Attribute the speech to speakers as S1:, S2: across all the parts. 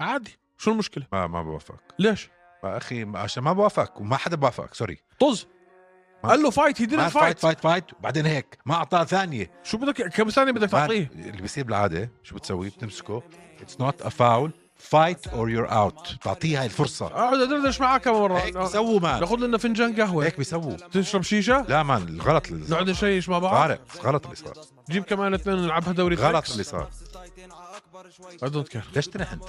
S1: عادي شو المشكله
S2: ما ما بوافقك
S1: ليش
S2: ما اخي ما- عشان ما بوافقك وما حدا بوافقك سوري
S1: طز
S2: ما-
S1: قال له فايت هي
S2: ما
S1: ديدنت
S2: فايت
S1: فايت
S2: فايت فايت وبعدين هيك ما اعطاه ثانيه
S1: شو بدك كم ثانيه بدك
S2: ما-
S1: تعطيه
S2: اللي بيصير بالعاده شو بتسوي بتمسكه اتس نوت ا فاول فايت اور يور اوت بتعطيه هاي الفرصه
S1: اقعد ادردش معاه كم
S2: هيك
S1: مره
S2: بيسووا مان
S1: ناخذ لنا فنجان قهوه
S2: هيك بيسووا
S1: تشرب شيشه
S2: لا مان الغلط اللي صار
S1: نقعد نشيش مع بعض
S2: طارق غلط اللي صار
S1: جيب كمان اثنين نلعبها دوري
S2: غلط اللي صار
S1: اي دونت كير
S2: ليش تنح انت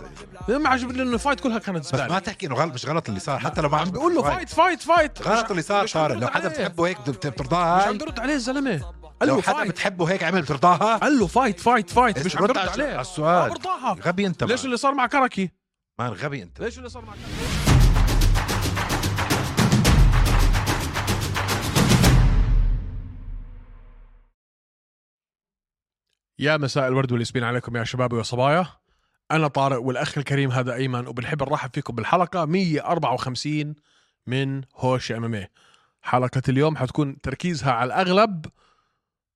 S2: بس
S1: ما عجبني انه الفايت كلها كانت
S2: ما
S1: زباله
S2: تحكي انه غلط مش غلط اللي صار حتى لو ما
S1: عم بيقول له فايت فايت فايت
S2: غلط اللي صار
S1: مش عم
S2: طارق لو
S1: برد
S2: حدا
S1: عليه.
S2: بتحبه هيك بت-
S1: مش
S2: بترضاها
S1: عم
S2: هاي
S1: برد عليه الزلمه قال
S2: لو
S1: له
S2: حدا
S1: فايت
S2: بتحبه هيك عمل بترضاها
S1: قال له فايت فايت فايت مش عم
S2: رد
S1: برد
S2: على- على
S1: عليه
S2: السؤال.
S1: ما برضاها
S2: غبي انت
S1: ليش
S2: ليش
S1: اللي صار مع كركي
S2: مان غبي انت
S1: ليش اللي صار مع كركي يا مساء الورد والياسمين عليكم يا شباب وصبايا انا طارق والاخ الكريم هذا ايمن وبنحب نرحب فيكم بالحلقه 154 من هوش ام ام حلقه اليوم حتكون تركيزها على الاغلب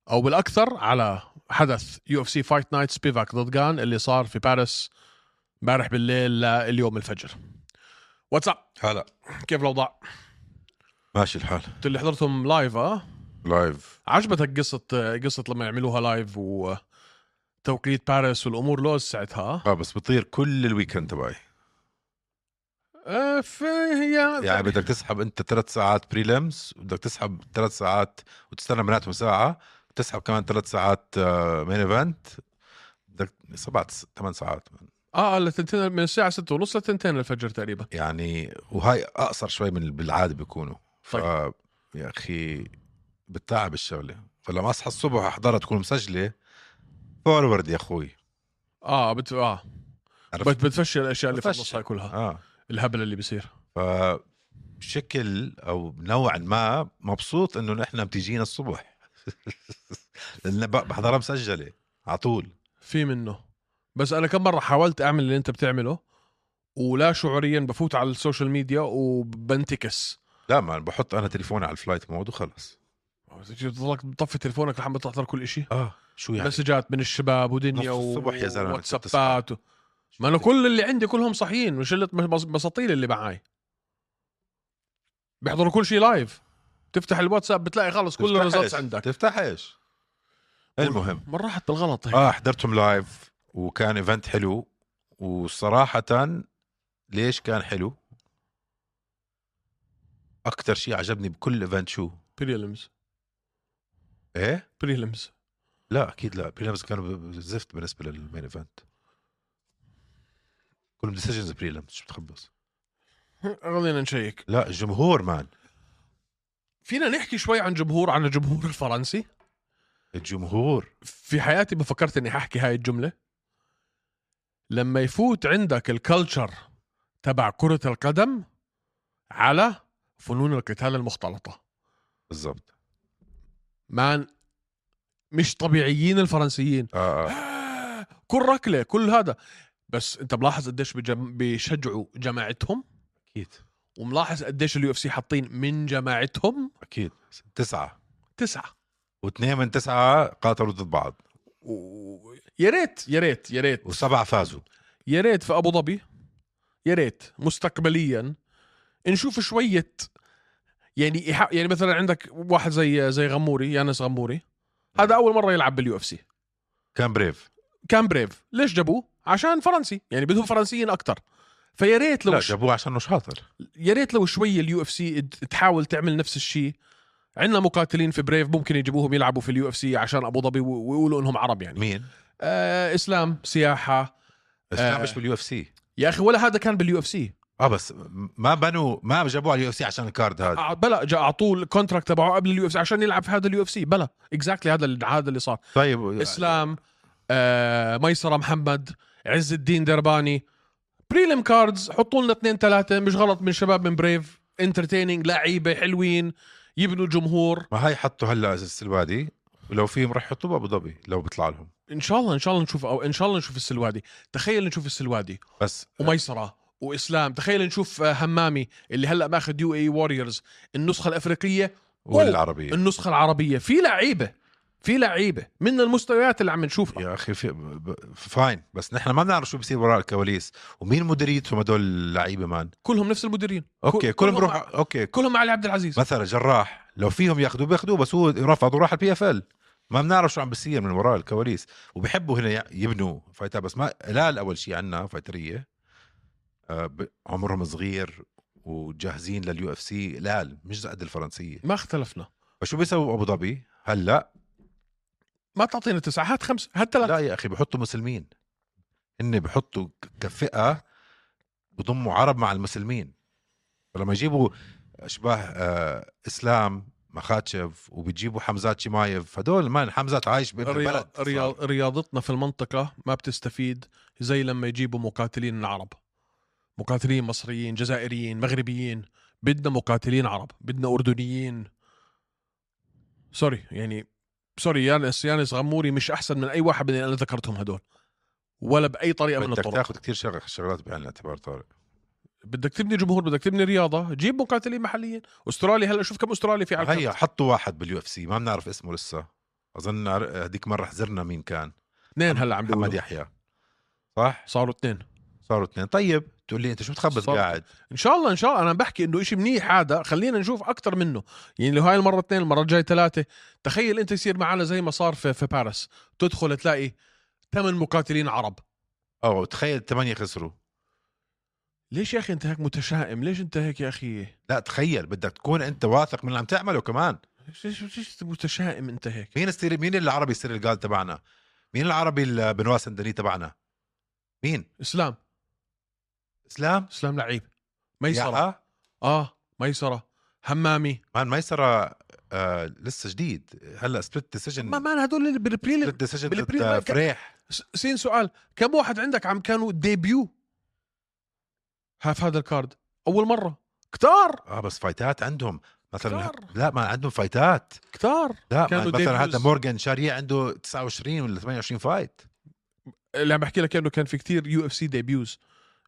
S1: او بالاكثر على حدث يو اف سي فايت نايت سبيفاك ضد جان اللي صار في باريس امبارح بالليل لليوم الفجر واتساب
S2: هلا
S1: كيف الاوضاع؟
S2: ماشي الحال
S1: انت اللي حضرتهم لايف اه
S2: لايف
S1: عجبتك قصه قصه لما يعملوها لايف وتوقيت باريس والامور لوز ساعتها
S2: اه بس بطير كل الويكند تبعي
S1: آه، فهي
S2: يعني بدك تسحب انت ثلاث ساعات بريلمز وبدك تسحب ثلاث ساعات وتستنى بناتهم ساعه وتسحب كمان ثلاث ساعات مين ايفنت بدك سبع ثمان ساعات
S1: اه لتنتين من الساعه 6 ونص لتنتين الفجر تقريبا
S2: يعني وهاي اقصر شوي من بالعاده بيكونوا ف يا اخي بتتعب الشغله فلما اصحى الصبح احضرها تكون مسجله فورورد يا اخوي
S1: اه بت... اه
S2: عرفت؟
S1: بت... بتفشل الاشياء اللي في
S2: بتفشل.
S1: النص هاي كلها
S2: اه
S1: الهبل اللي بيصير
S2: فبشكل او نوعا ما مبسوط انه نحن بتجينا الصبح لان ب- بحضرها مسجله على طول
S1: في منه بس انا كم مره حاولت اعمل اللي انت بتعمله ولا شعوريا بفوت على السوشيال ميديا وبنتكس
S2: لا ما بحط انا تليفوني على الفلايت مود وخلص
S1: بتجي بتضلك بتطفي تليفونك لحد ما تحضر كل إشي
S2: اه شو يعني بس
S1: مسجات من الشباب ودنيا
S2: نص
S1: و...
S2: الصبح يا زلمة كنت
S1: واتسابات و... ما انا كل اللي عندي كلهم صحيين من شله مس- بساطيل اللي معاي بيحضروا كل شيء لايف تفتح الواتساب بتلاقي خلص كل الريزلتس عندك
S2: تفتحش المهم
S1: مره راحت بالغلط هيك
S2: اه حضرتهم لايف وكان ايفنت حلو وصراحة ليش كان حلو؟ أكتر شيء عجبني بكل ايفنت شو؟
S1: بريلمز
S2: إيه؟
S1: بريلمز
S2: لا أكيد لا بريلمز كانوا ب- زفت بالنسبة للمين ايفنت كلهم ديسيجنز بريلمز شو بتخبص؟
S1: خلينا نشيك
S2: لا الجمهور مان
S1: فينا نحكي شوي عن جمهور عن الجمهور الفرنسي
S2: الجمهور
S1: في حياتي ما فكرت اني حاحكي هاي الجمله لما يفوت عندك الكلتشر تبع كرة القدم على فنون القتال المختلطة
S2: بالضبط
S1: مان مش طبيعيين الفرنسيين
S2: آه, آه.
S1: كل ركلة كل هذا بس انت ملاحظ قديش بجم... بيشجعوا جماعتهم
S2: أكيد
S1: وملاحظ قديش اليو اف سي حاطين من جماعتهم
S2: أكيد تسعة
S1: تسعة
S2: واثنين من تسعة قاتلوا ضد بعض
S1: و... يا ريت يا ريت يا ريت
S2: وسبعة فازوا
S1: يا ريت في ابو ظبي يا ريت مستقبليا نشوف شويه يعني إيحاء- يعني مثلا عندك واحد زي زي غموري يانس غموري هذا اول مره يلعب باليو اف سي
S2: كان بريف
S1: كان بريف ليش جابوه عشان فرنسي يعني بدهم فرنسيين اكثر فيا ريت لو
S2: لا
S1: ش-
S2: جابوه عشانه شاطر
S1: يا ريت لو شوي اليو اف سي تحاول تعمل نفس الشيء عندنا مقاتلين في بريف ممكن يجيبوهم يلعبوا في اليو اف سي عشان ابو ظبي و- ويقولوا انهم عرب يعني
S2: مين؟
S1: آه اسلام سياحه
S2: بس
S1: آه.
S2: كان مش باليو اف سي
S1: يا اخي ولا هذا كان باليو اف سي
S2: اه بس م- ما بنوا ما جابوه على اليو اف سي عشان الكارد هذا
S1: أع- آه، بلا جاء اعطوه الكونتراكت تبعه قبل اليو اف سي عشان يلعب في هذا اليو اف سي بلا اكزاكتلي هذا اللي هذا اللي صار
S2: طيب
S1: اسلام آه ميسره محمد عز الدين درباني بريلم كاردز حطوا لنا اثنين ثلاثه مش غلط من شباب من بريف انترتيننج لعيبه حلوين يبنوا جمهور
S2: ما هاي حطوا هلا السلبادي ولو فيهم رح يحطوه بابو ظبي لو بيطلع لهم
S1: ان شاء الله ان شاء الله نشوف او ان شاء الله نشوف السلوادي تخيل نشوف السلوادي
S2: بس
S1: وميسره واسلام تخيل نشوف آه، همامي اللي هلا ماخذ E يو اي ووريرز النسخه الافريقيه إيه.
S2: والعربية
S1: النسخة العربية في لعيبة في لعيبه من المستويات اللي عم نشوفها
S2: يا اخي في ب- ب- فاين بس نحن ما بنعرف شو بصير وراء الكواليس ومين مديريتهم هدول اللعيبه مان
S1: كلهم نفس المديرين
S2: اوكي
S1: كل-
S2: كلهم
S1: كلهم
S2: بروح اوكي
S1: كلهم علي عبد العزيز
S2: مثلا جراح لو فيهم ياخذوه بياخذوه بس هو رفض وراح البي اف ال ما بنعرف شو عم بيصير من وراء الكواليس وبحبوا هنا ي- يبنوا فايتات بس ما هلال اول شيء عندنا فايتريه آه، ب- عمرهم صغير وجاهزين لليو اف سي هلال مش قد الفرنسيه
S1: ما اختلفنا
S2: فشو بيسووا ابو ظبي هلا
S1: ما تعطينا تسعه هات خمسه هات ثلاثه
S2: لا يا اخي بحطوا مسلمين هن بحطوا ك- كفئه بضموا عرب مع المسلمين فلما يجيبوا اشباه آه اسلام مخاتشف وبتجيبوا حمزات شمايف هدول مان حمزات عايش بالبلد
S1: رياض رياض رياضتنا في المنطقة ما بتستفيد زي لما يجيبوا مقاتلين العرب مقاتلين مصريين جزائريين مغربيين بدنا مقاتلين عرب بدنا أردنيين سوري يعني سوري يانس يانس غموري مش أحسن من أي واحد من اللي أنا ذكرتهم هدول ولا بأي طريقة من
S2: بدك
S1: الطرق
S2: تاخذ كثير شغ- شغلات بعين الاعتبار طارق
S1: بدك تبني جمهور بدك تبني رياضة جيب مقاتلين محليين أسترالي هلا شوف كم أسترالي في على الكرت.
S2: هيا حطوا واحد باليو اف سي ما بنعرف اسمه لسه اظن عر- هذيك مره حزرنا مين كان
S1: اثنين هلا عم
S2: محمد
S1: بيقولوا
S2: يحيى صح
S1: صاروا اثنين
S2: صاروا اثنين طيب تقول لي انت شو بتخبط
S1: صار-
S2: قاعد
S1: ان شاء الله ان شاء الله انا بحكي انه إشي منيح هذا خلينا نشوف اكثر منه يعني لو هاي المره اثنين المره الجايه ثلاثه تخيل انت يصير معنا زي ما صار في, في باريس تدخل تلاقي ثمان مقاتلين عرب
S2: او تخيل ثمانيه خسروا
S1: ليش يا اخي انت هيك متشائم ليش انت هيك يا اخي
S2: لا تخيل بدك تكون انت واثق من اللي عم تعمله كمان
S1: ليش- ليش ليش متشائم انت هيك
S2: مين يصير مين العربي يصير القال تبعنا مين العربي اللي بنواس سندني تبعنا مين
S1: اسلام
S2: اسلام
S1: اسلام لعيب ميسره
S2: يحيى؟
S1: اه ميسره همامي
S2: آه. مان ميسرة آه لسه جديد هلا سبليت ديسيجن
S1: ما مان هدول اللي بالبريلم
S2: سبليت ديسيجن
S1: بالبريم-
S2: ضد فريح
S1: س- سين سؤال كم واحد عندك عم كانوا ديبيو هاف هذا الكارد اول مره كتار
S2: اه بس فايتات عندهم مثلا
S1: كتار.
S2: لا ما عندهم فايتات
S1: كتار
S2: لا
S1: كانوا
S2: ما- مثلا
S1: ديبيوز.
S2: هذا مورغان شاريه عنده 29 ولا 28 فايت
S1: اللي عم بحكي لك انه كان في كتير يو اف سي ديبيوز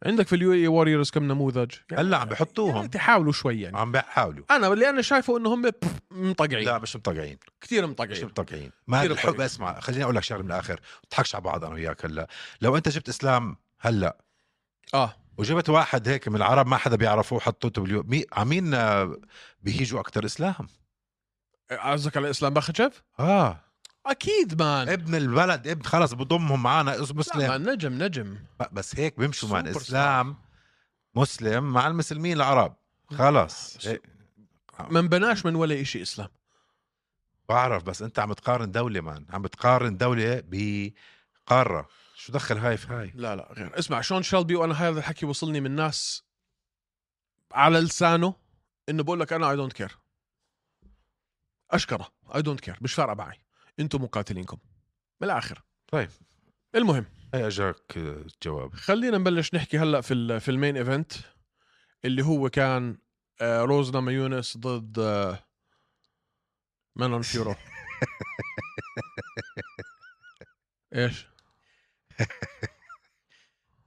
S1: عندك في اليو اي واريورز كم نموذج
S2: هلا عم بحطوهم.
S1: يعني تحاولوا شوي يعني
S2: عم بحاولوا
S1: انا اللي انا شايفه انه هم بف- مطقعين
S2: لا
S1: لا.
S2: مش مطقعين
S1: كتير
S2: مش
S1: مطقعين
S2: مطقعين ما
S1: كتير
S2: الحب
S1: مطقعين.
S2: اسمع خليني اقول لك شغله من الاخر تضحكش على بعض انا وياك هلا لو انت جبت اسلام هلا
S1: اه
S2: وجبت واحد هيك من العرب ما حدا بيعرفوه حطوته باليو مي عمين آه، بيهيجوا اكثر اسلام
S1: قصدك على اسلام باخشف
S2: اه
S1: اكيد مان
S2: ابن البلد ابن خلص بضمهم معنا إز-
S1: لا،
S2: مسلم
S1: مان نجم نجم
S2: بس هيك بيمشوا مع
S1: سوبر ستار.
S2: اسلام مسلم مع المسلمين العرب إيه، خلص
S1: سو- ما بناش من ولا إشي اسلام
S2: بعرف بس انت عم تقارن دوله مان عم بتقارن دوله بقاره شو دخل هاي في هاي
S1: لا لا غير اسمع شون شيلبي وانا هذا الحكي وصلني من ناس على لسانه انه بقول لك انا اي دونت كير اشكره اي دونت كير مش فارقه معي انتم مقاتلينكم من الاخر
S2: طيب.
S1: المهم
S2: هاي اجاك آه، جواب
S1: خلينا نبلش نحكي هلا في ال- في المين ايفنت اللي هو كان آه، روز ناميونس ضد آه، مانون فيورو ايش؟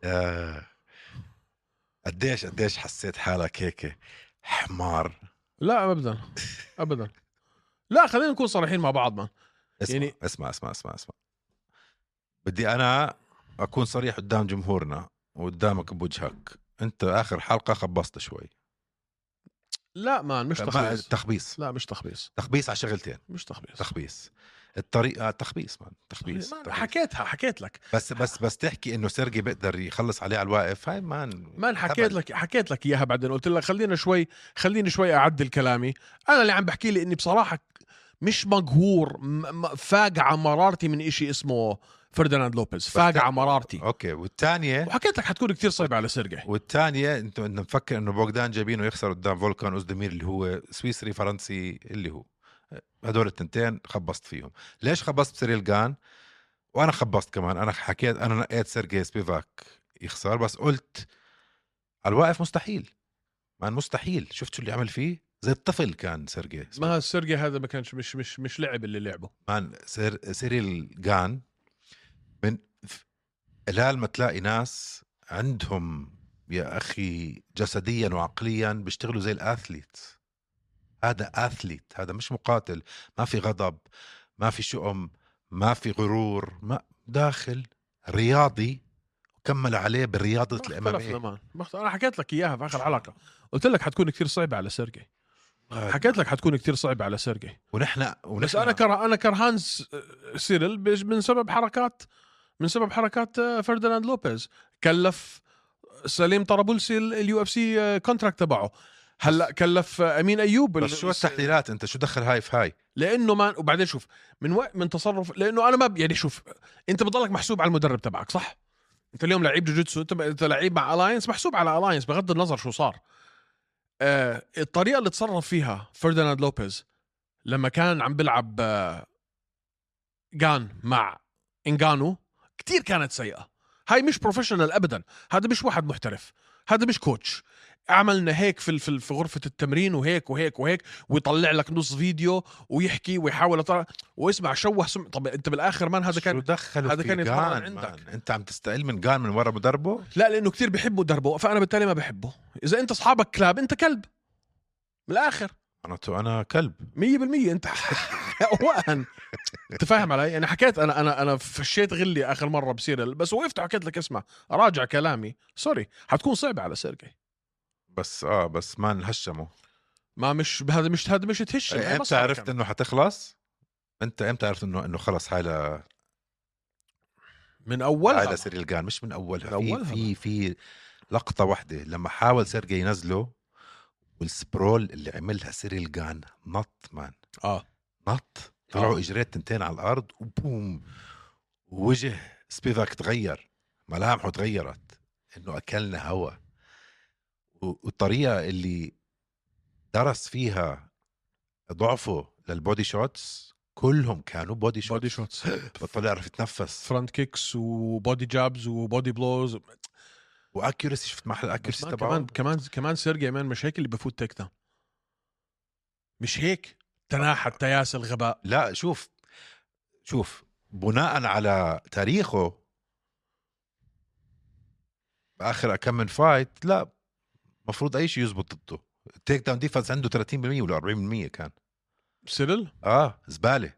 S2: آه. قديش قديش حسيت حالك هيك حمار
S1: لا ابدا ابدا لا خلينا نكون صريحين مع بعض مان
S2: اسمع
S1: يعني-
S2: يعني... اسمع اسمع اسمع اسمع بدي انا اكون صريح قدام جمهورنا وقدامك بوجهك انت اخر حلقه خبصت شوي
S1: لا مان مش
S2: ما-
S1: تخبيص
S2: تخبيص
S1: لا مش تخبيص
S2: تخبيص على شغلتين
S1: مش تخبيص
S2: تخبيص الطريقه تخبيص مان تخبيص, طيب.
S1: مان،
S2: تخبيص.
S1: حكيتها حكيت لك
S2: بس بس بس تحكي انه سيرجي بيقدر يخلص عليه على الواقف هاي مان
S1: مان حكيت
S2: هبل.
S1: لك حكيت لك اياها بعدين قلت لك خلينا شوي خليني شوي اعدل كلامي انا اللي عم بحكي لي اني بصراحه مش مقهور م- م- فاقعه مرارتي من إشي اسمه فرديناند لوبيز فاقعه مرارتي
S2: اوكي والثانيه
S1: وحكيت لك حتكون كتير صعبه على سرقه
S2: والثانيه انتم انت مفكر انه بوغدان جايبينه يخسر قدام فولكان اوزدمير اللي هو سويسري فرنسي اللي هو هدول التنتين خبصت فيهم ليش خبصت بسيريل جان وانا خبصت كمان انا حكيت انا نقيت سيرجي سبيفاك يخسر بس قلت على الواقف مستحيل مان مستحيل شفت شو اللي عمل فيه زي الطفل كان سيرجي
S1: ما السرقه هذا ما كانش مش مش مش لعب اللي لعبه
S2: مان سير سيريل جان من ف- الهلال ما تلاقي ناس عندهم يا اخي جسديا وعقليا بيشتغلوا زي الاثليت هذا اثليت هذا مش مقاتل ما في غضب ما في شؤم ما في غرور ما داخل رياضي وكمل عليه برياضه
S1: ما اختلفنا،
S2: الاماميه
S1: مان. ما اخت- انا حكيت لك اياها في اخر حلقه قلت لك حتكون كثير صعبه على سيرجي حكيت لك حتكون كثير صعبه على سيرجي
S2: ونحن ونحن
S1: آه. بس انا كره انا كرهان س- سيريل بش- من سبب حركات من سبب حركات آه، فرديناند لوبيز كلف سليم طرابلسي اليو اف سي كونتراكت تبعه هلا كلف آه، امين ايوب
S2: بس شو التحليلات انت شو دخل هاي في هاي
S1: لانه ما وبعدين شوف من وقت من تصرف لانه انا ما ب- يعني شوف انت بضلك محسوب على المدرب تبعك صح انت اليوم لعيب جوجيتسو انت انت لعيب مع الاينس محسوب على الاينس بغض النظر شو صار آه الطريقه اللي تصرف فيها فرديناند لوبيز لما كان عم بيلعب آه جان مع انجانو كتير كانت سيئه هاي مش بروفيشنال ابدا هذا مش واحد محترف هذا مش كوتش عملنا هيك في في في غرفه التمرين وهيك وهيك وهيك ويطلع لك نص فيديو ويحكي ويحاول يطلع واسمع شوه سم... طب انت بالاخر من هذا كان
S2: شو دخله
S1: هذا
S2: في
S1: كان يتمرن
S2: جان،
S1: عندك.
S2: مان؟ انت عم تستقل من جان من ورا مدربه
S1: لا لانه كتير بحبه دربه فانا بالتالي ما بحبه اذا انت اصحابك كلاب انت كلب من الاخر
S2: معناته انا كلب
S1: 100% انت وان انت فاهم علي يعني حكيت انا انا انا فشيت غلي اخر مره بسيرل بس وقفت وحكيت لك اسمع راجع كلامي سوري حتكون صعبه على سيرجي
S2: بس اه بس ما نهشمه
S1: ما مش هذا مش هذا مش تهش يعني هاي
S2: امتى
S1: مصلحة
S2: عرفت
S1: كمان.
S2: انه حتخلص انت امتى عرفت انه انه خلص هاي ل-
S1: من اولها
S2: هاي لسيريال جان مش من اولها
S1: من
S2: في
S1: أولها
S2: في في لقطه واحده لما حاول سيرجي ينزله والسبرول اللي عملها سيريال جان نط مان
S1: اه
S2: نط طلعوا
S1: آه.
S2: اجريه تنتين على الارض وبوم ووجه سبيفاك تغير ملامحه تغيرت انه اكلنا هوا و- والطريقه اللي درس فيها ضعفه للبودي شوتس كلهم كانوا بودي شوتس
S1: بودي شوتس
S2: بطل يعرف يتنفس
S1: فرونت كيكس وبودي جابز وبودي بلوز
S2: واكيورسي شفت محل
S1: بس
S2: الاكيورسي
S1: مان
S2: تبعه
S1: كمان كمان كمان سيرجي مان مش هيك اللي بفوت تيك داون مش هيك تناحى تياس الغباء
S2: لا شوف شوف بناء على تاريخه باخر كم من فايت لا المفروض اي شيء يزبط ضده التيك داون ديفنس عنده 30% ولا 40% كان
S1: سيرل
S2: اه زباله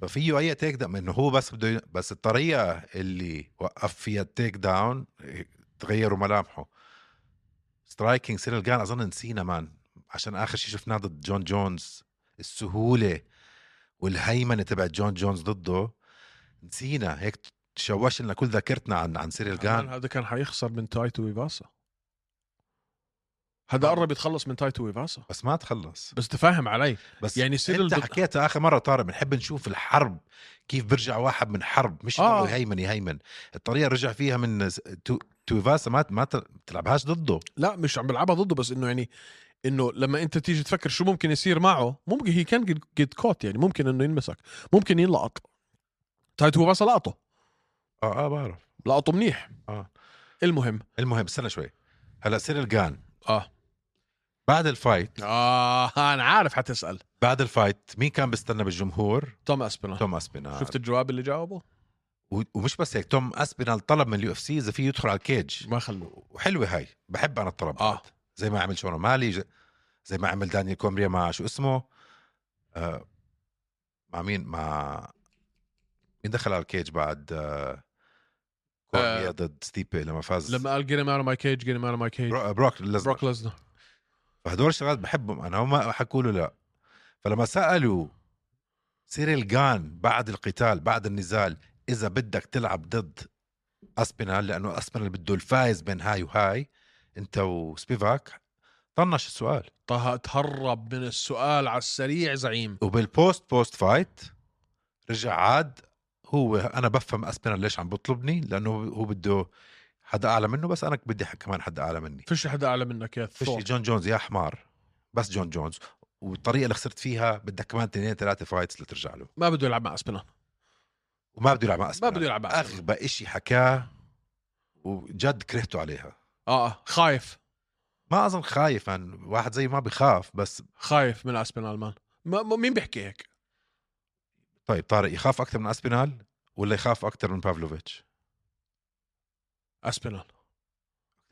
S2: ففيه اي تيك داون انه هو بس بده ي- بس الطريقه اللي وقف فيها التيك داون إيه، تغيروا ملامحه سترايكينج سيريل جان اظن نسينا مان عشان اخر شيء شفناه ضد جون جونز السهوله والهيمنه تبعت جون جونز ضده نسينا هيك تشوش لنا كل ذاكرتنا عن عن سيريل
S1: كمان
S2: جان
S1: هذا كان حيخسر من تايتو ويفاسا هذا
S2: آه.
S1: قرب يتخلص من تايتو ويفاسا
S2: بس ما تخلص
S1: بس تفهم علي
S2: بس
S1: يعني سيريل
S2: انت
S1: ضد-
S2: حكيتها اخر مره طارق بنحب نشوف الحرب كيف برجع واحد من حرب مش
S1: آه.
S2: آه. يهيمن يهيمن الطريقه رجع فيها من س- تو تويفاسا ما ما ت- بتلعبهاش ضده
S1: لا مش عم بلعبها ضده بس انه يعني انه لما انت تيجي تفكر شو ممكن يصير معه ممكن هي كان جيت كوت يعني ممكن انه ينمسك ممكن ينلقط تايتو ويفاسا لقطه
S2: اه اه بعرف
S1: لقطه منيح
S2: آه.
S1: المهم
S2: المهم استنى شوي هلا سيريل جان
S1: اه
S2: بعد الفايت
S1: اه انا عارف حتسال
S2: بعد الفايت مين كان بيستنى بالجمهور
S1: توم اسبينال
S2: توم اسبينال
S1: آه. شفت الجواب اللي جاوبه؟
S2: و- ومش بس هيك توم اسبينال طلب من اليو اف سي اذا فيه يدخل على الكيج
S1: ما خلوه
S2: وحلوه هاي بحب انا الطلب
S1: اه
S2: زي ما عمل شون مالي ج- زي ما عمل دانيال كومريا مع شو اسمه آه مع مين مع مين دخل على الكيج بعد آه كومريا
S1: آه،
S2: ضد ستيبي لما فاز
S1: لما قال get him out of my cage get him out of my cage
S2: برو- آه، بروك لزنر
S1: بروك ليزنر
S2: فهدول الشغلات بحبهم انا وما حكوا له لا فلما سالوا سيريل جان بعد القتال بعد النزال اذا بدك تلعب ضد اسبينال لانه اسبينال بده الفايز بين هاي وهاي انت وسبيفاك طنش السؤال
S1: طه تهرب من السؤال على السريع زعيم
S2: وبالبوست بوست فايت رجع عاد هو انا بفهم اسبينال ليش عم بطلبني لانه هو بده حدا اعلى منه بس انا بدي ح- كمان حدا اعلى مني
S1: فيش حدا اعلى منك يا
S2: فيش
S1: ثور
S2: جون جونز يا حمار بس جون جونز والطريقه اللي خسرت فيها بدك كمان اثنين ثلاثه فايتس لترجع له
S1: ما بده يلعب مع اسبينال
S2: وما بده يلعب مع
S1: ما
S2: اسبينال
S1: بده يلعب مع اسبينال
S2: اغبى شيء حكاه وجد كرهته عليها
S1: اه آه، خايف
S2: ما اظن خايف عن واحد زي ما بخاف بس
S1: خايف من اسبينال مان ما ما- مين بيحكي هيك؟
S2: طيب طارق يخاف اكثر من اسبينال ولا يخاف اكثر من بافلوفيتش
S1: اسبينال
S2: اكثر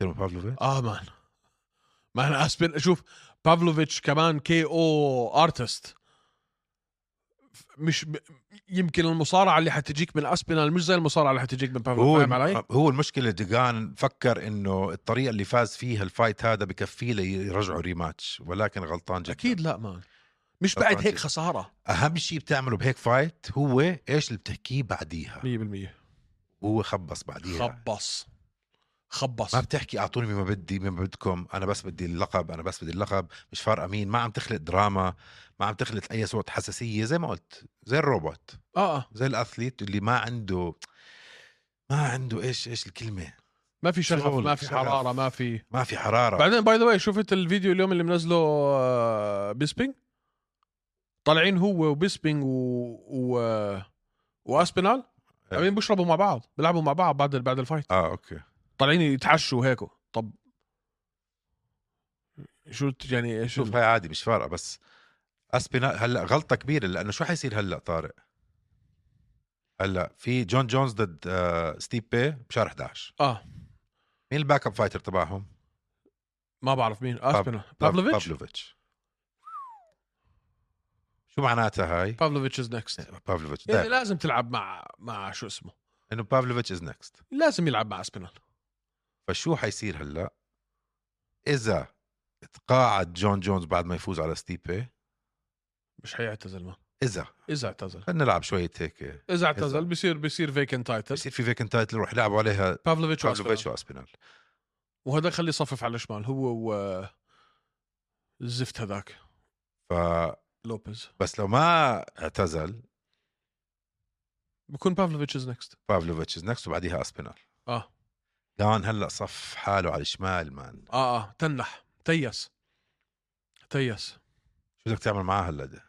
S2: من بافلوفيتش
S1: اه مان مان اسبن شوف بافلوفيتش كمان كي او ارتست مش ب... يمكن المصارعه اللي حتجيك من اسبينال مش زي المصارعه اللي حتجيك من بافل
S2: هو
S1: فاهم علي؟
S2: هو المشكله ديجان فكر انه الطريقه اللي فاز فيها الفايت هذا بكفيه ليرجعوا ريماتش ولكن غلطان جدا
S1: اكيد لا مان مش
S2: طبعاً
S1: بعد هيك
S2: أكيد.
S1: خساره
S2: اهم شيء بتعمله بهيك فايت هو ايش اللي بتحكيه بعديها
S1: 100%
S2: هو خبص بعديها
S1: خبص خبص
S2: ما بتحكي اعطوني مما بدي مما بدكم انا بس بدي اللقب انا بس بدي اللقب مش فارقه مين ما عم تخلق دراما ما عم تخلق اي صوت حساسيه زي ما قلت زي الروبوت
S1: اه اه
S2: زي الاثليت اللي ما عنده ما عنده ايش ايش الكلمه
S1: ما في شغف
S2: شغل،
S1: ما في
S2: شغف. آه.
S1: حراره ما في
S2: ما في حراره
S1: بعدين باي ذا واي شفت الفيديو اليوم اللي منزله آه، بيسبينج طالعين هو وبيسبينج و... و... آه، واسبينال
S2: إيه.
S1: عم بيشربوا مع بعض بيلعبوا مع بعض بعد بعد الفايت
S2: اه اوكي
S1: طالعين يتعشوا هيك طب شو الت- يعني ايش
S2: شوف هاي عادي مش فارقه بس اسبينا هلا غلطه كبيره لانه شو حيصير هلا طارق هلا في جون جونز ضد آه ستيبي بشهر 11
S1: اه
S2: مين الباك اب فايتر تبعهم
S1: ما بعرف مين اسبينال
S2: باب-
S1: بافلوفيتش
S2: بافلوفيتش شو معناتها هاي
S1: بافلوفيتش از
S2: إيه.
S1: نكست
S2: بافلوفيتش
S1: يعني
S2: ده.
S1: لازم تلعب مع مع شو اسمه
S2: انه بافلوفيتش از نكست
S1: لازم يلعب مع اسبينال
S2: فشو حيصير هلا اذا تقاعد جون جونز بعد ما يفوز على ستيبي
S1: مش حيعتزل ما
S2: اذا
S1: اذا اعتزل
S2: خلينا نلعب شويه هيك
S1: اذا اعتزل بصير بصير فيكن تايتل
S2: بصير في فيكن تايتل يروح يلعبوا عليها
S1: بافلوفيتش
S2: بافلوفيتش
S1: وأسبينال.
S2: واسبينال
S1: وهذا خليه يصفف على الشمال هو و الزفت هذاك
S2: ف
S1: لوبيز
S2: بس لو ما اعتزل
S1: بكون بافلوفيتش از نكست
S2: بافلوفيتش از نكست وبعديها اسبينال
S1: اه
S2: كان هلا صف حاله على الشمال مان
S1: اه اه تنح تيس تيس
S2: شو بدك تعمل معاه هلا ده؟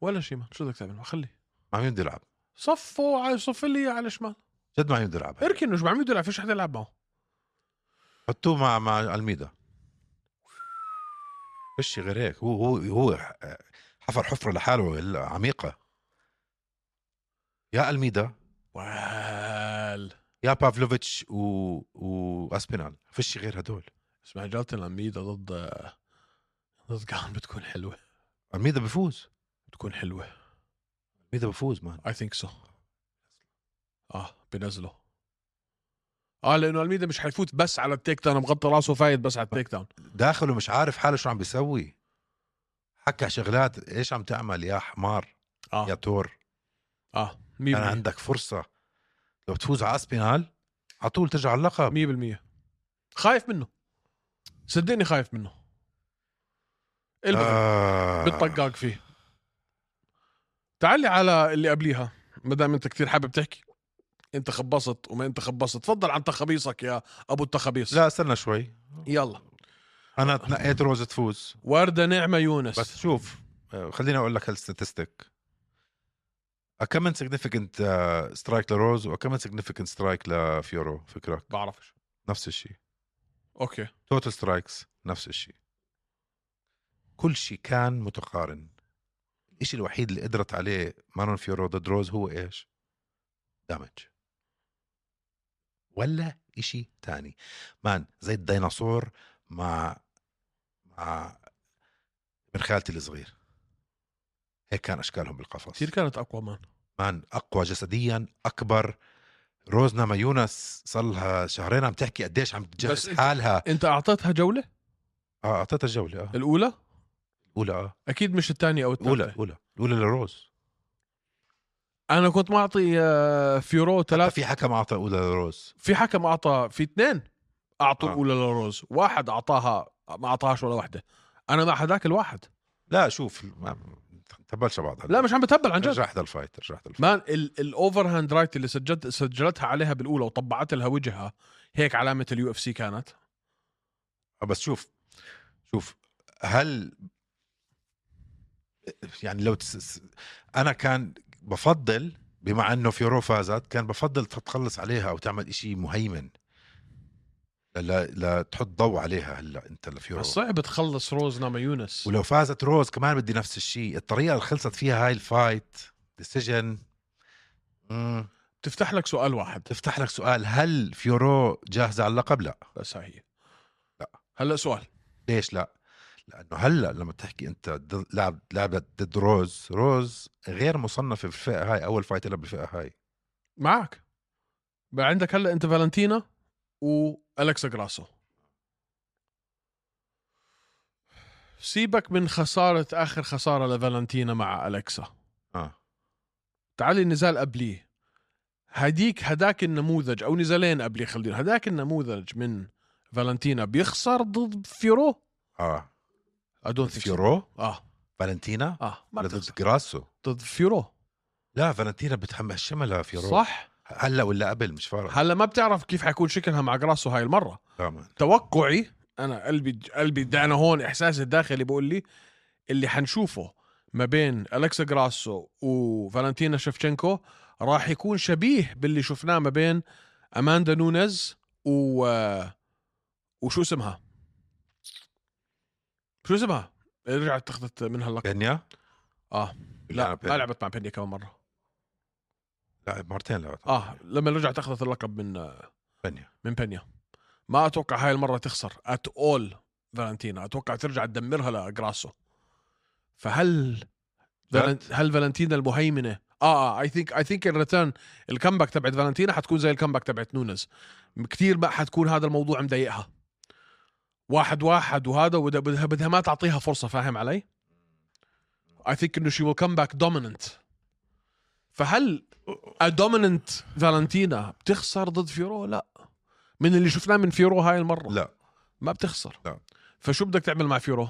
S1: ولا شيء ما شو بدك تعمل خليه
S2: ما عم يمدي يلعب
S1: صفوا على صف لي على الشمال
S2: جد ما عم يمدي يلعب
S1: اركن مش معمول يلعب فيش حدا يلعب معه
S2: حطوه مع مع الميدا فيش غير هيك هو هو هو حفر حفره لحاله ال- عميقه يا الميدا
S1: وال
S2: يا بافلوفيتش و... واسبينال فيش غير هدول
S1: اسمع جلطة العميدة ضد ضد جان بتكون حلوة
S2: الميدا بفوز
S1: بتكون حلوة
S2: الميدا بفوز مان
S1: اي ثينك سو اه بنزله اه لانه الميدا مش حيفوت بس على التيك داون مغطي راسه فايت بس على التيك داون
S2: داخله مش عارف حاله شو عم بيسوي حكى شغلات ايش عم تعمل يا حمار يا
S1: اه
S2: تور
S1: اه
S2: كان عندك فرصه لو تفوز على اسبينال على طول ترجع على اللقب
S1: 100% 100% خايف منه صدقني خايف منه البغى
S2: آه.
S1: بتطقاق فيه تعال لي على اللي قبليها ما دام انت كثير حابب تحكي انت خبصت وما انت خبصت تفضل عن تخبيصك يا ابو التخبيص
S2: لا استنى شوي
S1: يلا
S2: انا تنقيت روز تفوز
S1: ورده نعمه يونس
S2: بس شوف آه، خليني اقول لك هالستاتستيك كم من سيجنفيكنت سترايك آه، لروز وكم من سيجنفيكنت سترايك لفيورو فكرك
S1: بعرفش
S2: نفس الشيء
S1: اوكي
S2: توتال سترايكس نفس الشيء كل شيء كان متقارن الشيء الوحيد اللي قدرت عليه مانون فيورو ضد روز هو ايش؟ دامج ولا إشي تاني مان زي الديناصور مع مع ابن خالتي الصغير هيك كان اشكالهم بالقفص
S1: كثير كانت اقوى مان
S2: مان اقوى جسديا اكبر روزنا ما يونس صار لها شهرين عم تحكي قديش عم
S1: بس
S2: تجهز
S1: إنت-
S2: حالها
S1: انت اعطيتها جوله
S2: اه اعطيتها الجوله اه
S1: الاولى
S2: الاولى اه
S1: اكيد مش الثانيه او
S2: الاولى
S1: الثالثه
S2: الاولى الاولى لروز
S1: انا كنت معطي آه، فيورو
S2: حتى
S1: ثلاث
S2: في حكم اعطى اولى لروز
S1: في حكم اعطى في اثنين اعطوا
S2: آه.
S1: الاولى لروز واحد اعطاها ما اعطاهاش ولا واحده انا مع هذاك الواحد
S2: لا شوف ما تبلش بعض
S1: لا مش عم بتهبل عن جد
S2: رجعت للفايت رجعت للفايت
S1: مان ال- الاوفر هاند رايت اللي سجلت سجلتها عليها بالاولى وطبعت لها وجهها هيك علامه اليو اف سي كانت
S2: آه، بس شوف شوف هل يعني لو تس... س- انا كان بفضل بما انه فيورو فازت كان بفضل تتخلص عليها او تعمل إشي مهيمن لا لا تحط ضوء عليها هلا انت لفيورو
S1: صعب تخلص روز ناما يونس
S2: ولو فازت روز كمان بدي نفس الشيء الطريقه اللي خلصت فيها هاي الفايت ديسيجن
S1: تفتح لك سؤال واحد
S2: تفتح لك سؤال هل فيورو جاهزه على اللقب لا
S1: بس هاي هي هلا سؤال
S2: ليش لا لانه هلا لما تحكي انت ضد- لاعب لاعب ضد روز روز غير مصنفه بالفئه هاي اول فايت لها بالفئه هاي
S1: معك بقى عندك هلا انت فالنتينا والكسا جراسو سيبك من خساره اخر خساره لفالنتينا مع الكسا
S2: اه
S1: تعالي النزال قبليه هديك هداك النموذج او نزالين قبليه خلينا هداك النموذج من فالنتينا بيخسر ضد فيرو
S2: اه
S1: I don't think so.
S2: فيورو
S1: اه
S2: فالنتينا
S1: اه ما
S2: ولا
S1: بتخسر
S2: ضد جراسو
S1: ضد فيرو
S2: لا فالنتينا بتهمشمها فيورو
S1: صح
S2: هلا ولا قبل مش فارق
S1: هلا ما بتعرف كيف حيكون شكلها مع جراسو هاي المره
S2: تماما
S1: توقعي انا قلبي قلبي ده انا هون احساسي الداخلي بقول لي اللي حنشوفه ما بين الكسا جراسو وفالنتينا شفشنكو راح يكون شبيه باللي شفناه ما بين اماندا نونيز و وشو اسمها؟ شو اسمها؟ اللي رجعت اخذت منها اللقب
S2: بينيا
S1: اه
S2: لا،
S1: لا
S2: بينيا.
S1: ما لعبت مع بينيا كمان مره
S2: لعب مرتين لعب
S1: اه لما رجعت اخذت اللقب من
S2: بينيا
S1: من بنيا ما اتوقع هاي المره تخسر ات اول فالنتينا اتوقع ترجع تدمرها لجراسو فهل فالن-
S2: فات.
S1: هل فالنتينا المهيمنه اه اه اي ثينك اي ثينك الريتيرن الكمباك تبعت فالنتينا حتكون زي الكمباك تبعت نونز كثير ما حتكون هذا الموضوع مضايقها واحد واحد وهذا وده- بدها بدها ما تعطيها فرصه فاهم علي؟ اي ثينك انه شي ويل كم باك دوميننت فهل دوميننت فالنتينا بتخسر ضد فيرو؟ لا من اللي شفناه من فيرو هاي المره
S2: لا
S1: ما بتخسر
S2: لا.
S1: فشو بدك تعمل مع فيرو؟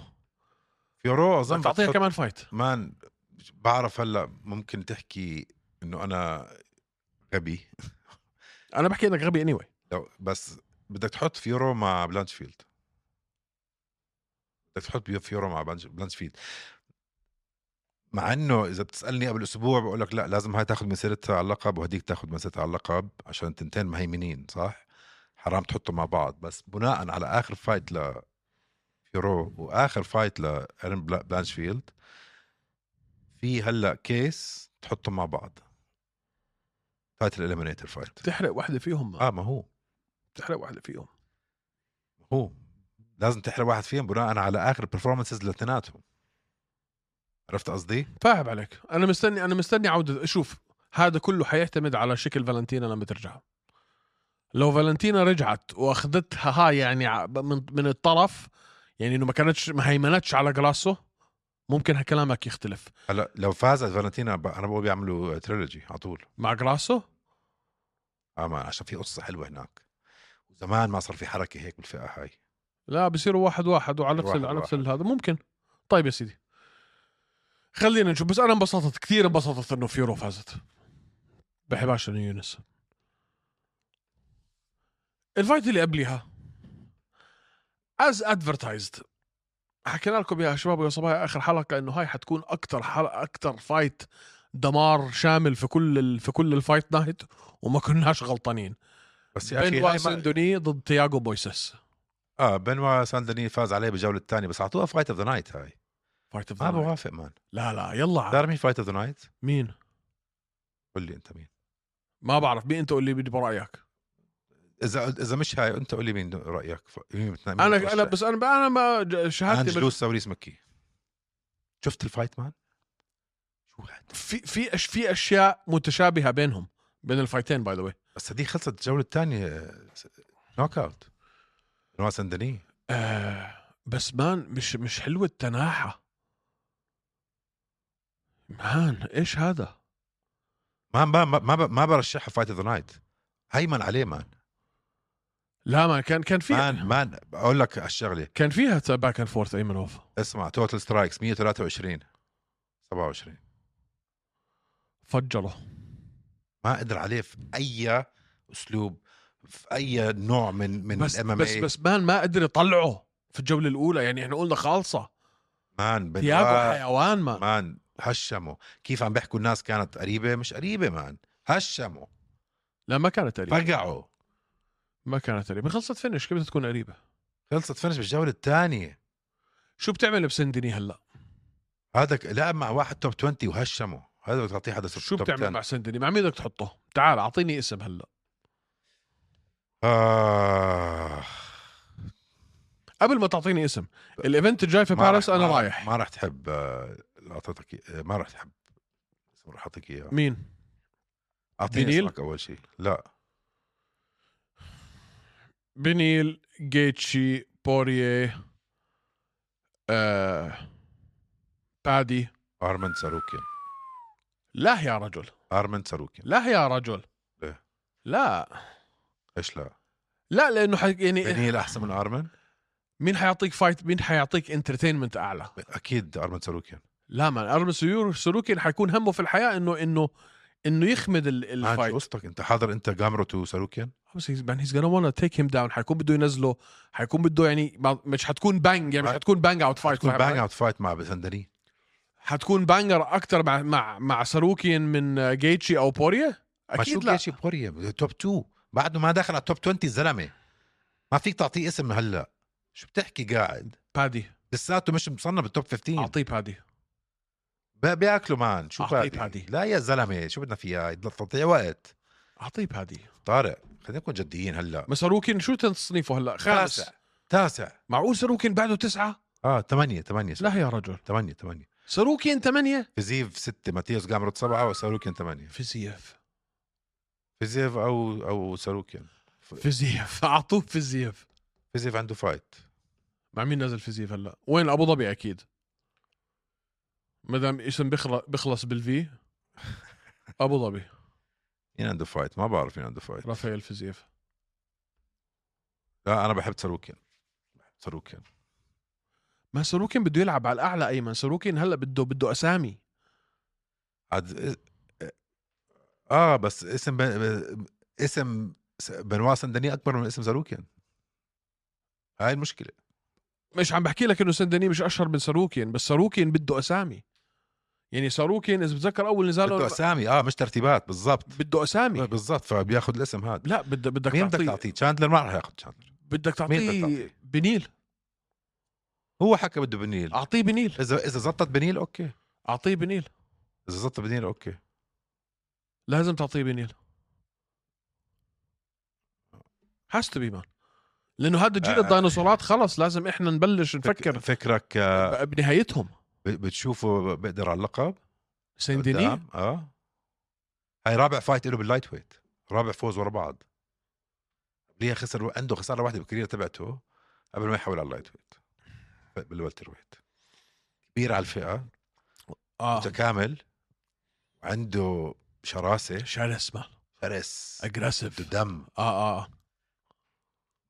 S2: فيورو اظن
S1: تعطيها
S2: بتحط-
S1: كمان فايت
S2: مان بعرف هلا ممكن تحكي انه انا غبي
S1: انا بحكي انك غبي اني anyway.
S2: لو بس بدك تحط فيورو مع بلانشفيلد بدك تحط فيورو مع بلانش- بلانشفيلد مع انه اذا بتسالني قبل اسبوع بقول لك لا لازم هاي تاخذ مسيرتها على اللقب وهديك تاخذ مسيرتها على اللقب عشان تنتين مهيمنين صح؟ حرام تحطهم مع بعض بس بناء على اخر فايت ل فيورو واخر فايت لارن بلا- بلانشفيلد في هلا كيس تحطهم مع بعض فايت الاليمينيتر فايت
S1: بتحرق واحده فيهم
S2: اه ما هو
S1: بتحرق واحده فيهم
S2: هو لازم تحرق واحد فيهم بناء على اخر performances لاثنيناتهم عرفت قصدي؟
S1: فاهم عليك انا مستني انا مستني عوده شوف هذا كله حيعتمد على شكل فالنتينا لما ترجع لو فالنتينا رجعت واخذتها ها يعني ع- من من الطرف يعني انه ما كانتش ما هيمنتش على جلاسو ممكن كلامك يختلف
S2: هلا لو فازت فالنتينا ب- انا بقول بيعملوا تريلوجي على طول
S1: مع جلاسو
S2: اما عشان في قصه حلوه هناك وزمان ما صار في حركه هيك بالفئه هاي
S1: لا بصيروا واحد واحد وعلى نفس
S2: واحد
S1: على نفس
S2: واحد.
S1: هذا ممكن طيب يا سيدي خلينا نشوف بس انا انبسطت كثير انبسطت انه فيرو فازت بحبهاش انه يونس الفايت اللي قبليها از ادفرتايزد حكينا لكم يا شباب ويا صبايا اخر حلقه انه هاي حتكون اكثر حلقه اكثر فايت دمار شامل في كل ال... في كل الفايت نايت وما كناش غلطانين
S2: بس يا اخي
S1: بين
S2: هاي
S1: واس
S2: ما...
S1: اندوني ضد تياغو بويسس
S2: اه بنوا ساندني فاز عليه بالجوله الثانيه بس اعطوها فايت اوف ذا نايت هاي
S1: فايت اوف
S2: ما
S1: ذا نايت.
S2: بوافق مان
S1: لا لا يلا
S2: بتعرف مين فايت اوف ذا نايت؟
S1: مين
S2: قول لي انت مين
S1: ما بعرف مين انت قول لي بدي برايك
S2: اذا اذا مش هاي انت قول لي مين رايك ف- مين بتنا- مين
S1: انا
S2: بترشح؟
S1: انا بس انا انا ما ج- شهادتي
S2: انجلو
S1: بال-
S2: ساوريس مكي شفت الفايت مان؟ شو هاد؟
S1: في في أش- في اشياء متشابهه بينهم بين الفايتين باي ذا واي
S2: بس هذيك خلصت الجوله الثانيه نوك اوت نوا سندني
S1: آه، بس مان مش مش حلوه التناحه مان ايش هذا
S2: ما ما ما ما, ما برشحها فايت ذا نايت هيمن عليه مان
S1: لا مان كان كان في
S2: مان مان بقول لك الشغله
S1: كان فيها باك اند فورث ايمنوف
S2: اسمع توتال سترايكس 123 27
S1: فجره
S2: ما قدر عليه في اي اسلوب في اي نوع من من
S1: بس
S2: الام
S1: بس بس مان ما قدر يطلعه في الجوله الاولى يعني احنا قلنا خالصه
S2: مان بنوا-
S1: تياجو حيوان مان
S2: مان هشموا كيف عم بيحكوا الناس كانت قريبه مش قريبه مان هشموا
S1: لا ما كانت قريبه
S2: فقعوا
S1: ما كانت قريبه خلصت فينش كيف بدها تكون قريبه
S2: خلصت فنش بالجوله الثانيه
S1: شو بتعمل بسندني هلا
S2: هذا ك- لعب مع واحد توب 20 وهشمه هذا بدك تعطيه حدا صرت
S1: شو
S2: توب
S1: بتعمل
S2: 10.
S1: مع سندني؟ مع مين بدك تحطه؟ تعال اعطيني اسم هلا
S2: آه
S1: قبل ما تعطيني اسم الايفنت الجاي في
S2: ما
S1: باريس
S2: راح-
S1: انا
S2: ما-
S1: طيب، رايح
S2: ما راح تحب آه، اللي اعطيتك إياه- آه، ما راح تحب اسم راح اعطيك اياه
S1: مين
S2: اعطيني
S1: بنيل؟
S2: اسمك اول شيء لا
S1: بنيل جيتشي بوريه آه بادي
S2: ارمن ساروكيان
S1: لا يا رجل
S2: ارمن ساروكيان
S1: لا يا رجل
S2: ليه؟
S1: لا
S2: ايش لا
S1: لا لانه ح... يعني
S2: بنيل احسن من ارمن
S1: مين حيعطيك فايت مين حيعطيك انترتينمنت اعلى
S2: اكيد ارمن ساروكيان
S1: لا ما ارمن سيور سلوكين حيكون همه في الحياه انه انه انه يخمد ال-
S2: ما شو
S1: الفايت
S2: قصتك انت حاضر انت جامرو تو ساروكيان
S1: بس he's- man, he's gonna wanna take him down حيكون بده ينزله حيكون بده يعني ما- مش حتكون بانج يعني مش
S2: ما-
S1: حتكون بانج اوت فايت
S2: تكون
S1: فاهم
S2: بانج
S1: علي؟
S2: اوت فايت مع بسندري
S1: حتكون بانجر اكثر مع مع مع ساروكين من آه، جيتشي او بوريه
S2: ما شو
S1: اكيد لا
S2: جيشي بوريا توب 2 بعده ما دخل على التوب 20 الزلمه ما فيك تعطيه اسم هلا شو بتحكي قاعد
S1: بادي
S2: لساته مش مصنف بالتوب 15
S1: اعطيه بادي
S2: بي- بياكلوا مان شو
S1: أعطيه
S2: بادي؟
S1: بادي.
S2: لا يا زلمه شو بدنا فيها تضيع وقت
S1: اعطيه بادي
S2: طارق خلينا نكون جديين هلا
S1: ما ساروكين شو تصنيفه هلا خامس
S2: تاسع تاسع
S1: معقول ساروكين بعده تسعه
S2: اه ثمانية ثمانية
S1: لا يا رجل
S2: ثمانية ثمانية
S1: ساروكين ثمانيه
S2: فيزيف ستة ماتيوس جامروت سبعة وساروكيان ثمانية
S1: فيزيف
S2: فيزيف أو أو ساروكيان
S1: فيزيف اعطوه فيزيف
S2: فيزيف عنده فايت
S1: مع مين نزل فيزيف هلا؟ وين ابو ظبي اكيد ما دام اسم بيخلص بيخلص بالفي ابو ظبي
S2: مين عنده فايت ما بعرف مين عنده فايت
S1: رافائيل فيزيف
S2: لا أنا بحب ساروكيان بحب ساروكيان
S1: ما سلوكين بده يلعب على الاعلى ايمن سلوكين هلا بده بده اسامي
S2: عاد اه بس اسم ب... ب... اسم س- بنوا سندني اكبر من اسم ساروكيان هاي المشكله
S1: مش عم بحكي لك انه سندني مش اشهر من ساروكين بس ساروكين بده اسامي يعني ساروكين اذا بتذكر اول نزاله
S2: بده اسامي اه مش ترتيبات بالضبط
S1: بده اسامي
S2: بالضبط فبياخذ الاسم هذا
S1: لا بد- بدك
S2: مين بدك
S1: تعطيه
S2: تعطيه تشاندلر ما راح ياخذ تشاندلر
S1: بدك
S2: مين بدك
S1: تعطيه
S2: تعطيه؟
S1: بنيل
S2: هو حكى بده بنيل
S1: اعطيه بنيل
S2: اذا اذا زبطت بنيل اوكي
S1: اعطيه بنيل
S2: اذا زبطت بنيل اوكي
S1: لازم تعطيه بنيل has to be man لانه هذا جيل
S2: آه.
S1: الديناصورات خلص لازم احنا نبلش نفكر
S2: فكرك آه،
S1: بقى بنهايتهم
S2: ب- بتشوفه بقدر على اللقب
S1: سندني
S2: قدام، اه هاي رابع فايت له باللايت ويت رابع فوز ورا بعض قبليها خسر عنده خساره واحده بالكارير تبعته قبل ما يحول على اللايت ويت ب- بالوالتر ويت كبير على الفئه
S1: اه
S2: متكامل عنده شراسه
S1: شرس مان
S2: شرس عنده
S1: اجريسيف
S2: دم
S1: اه اه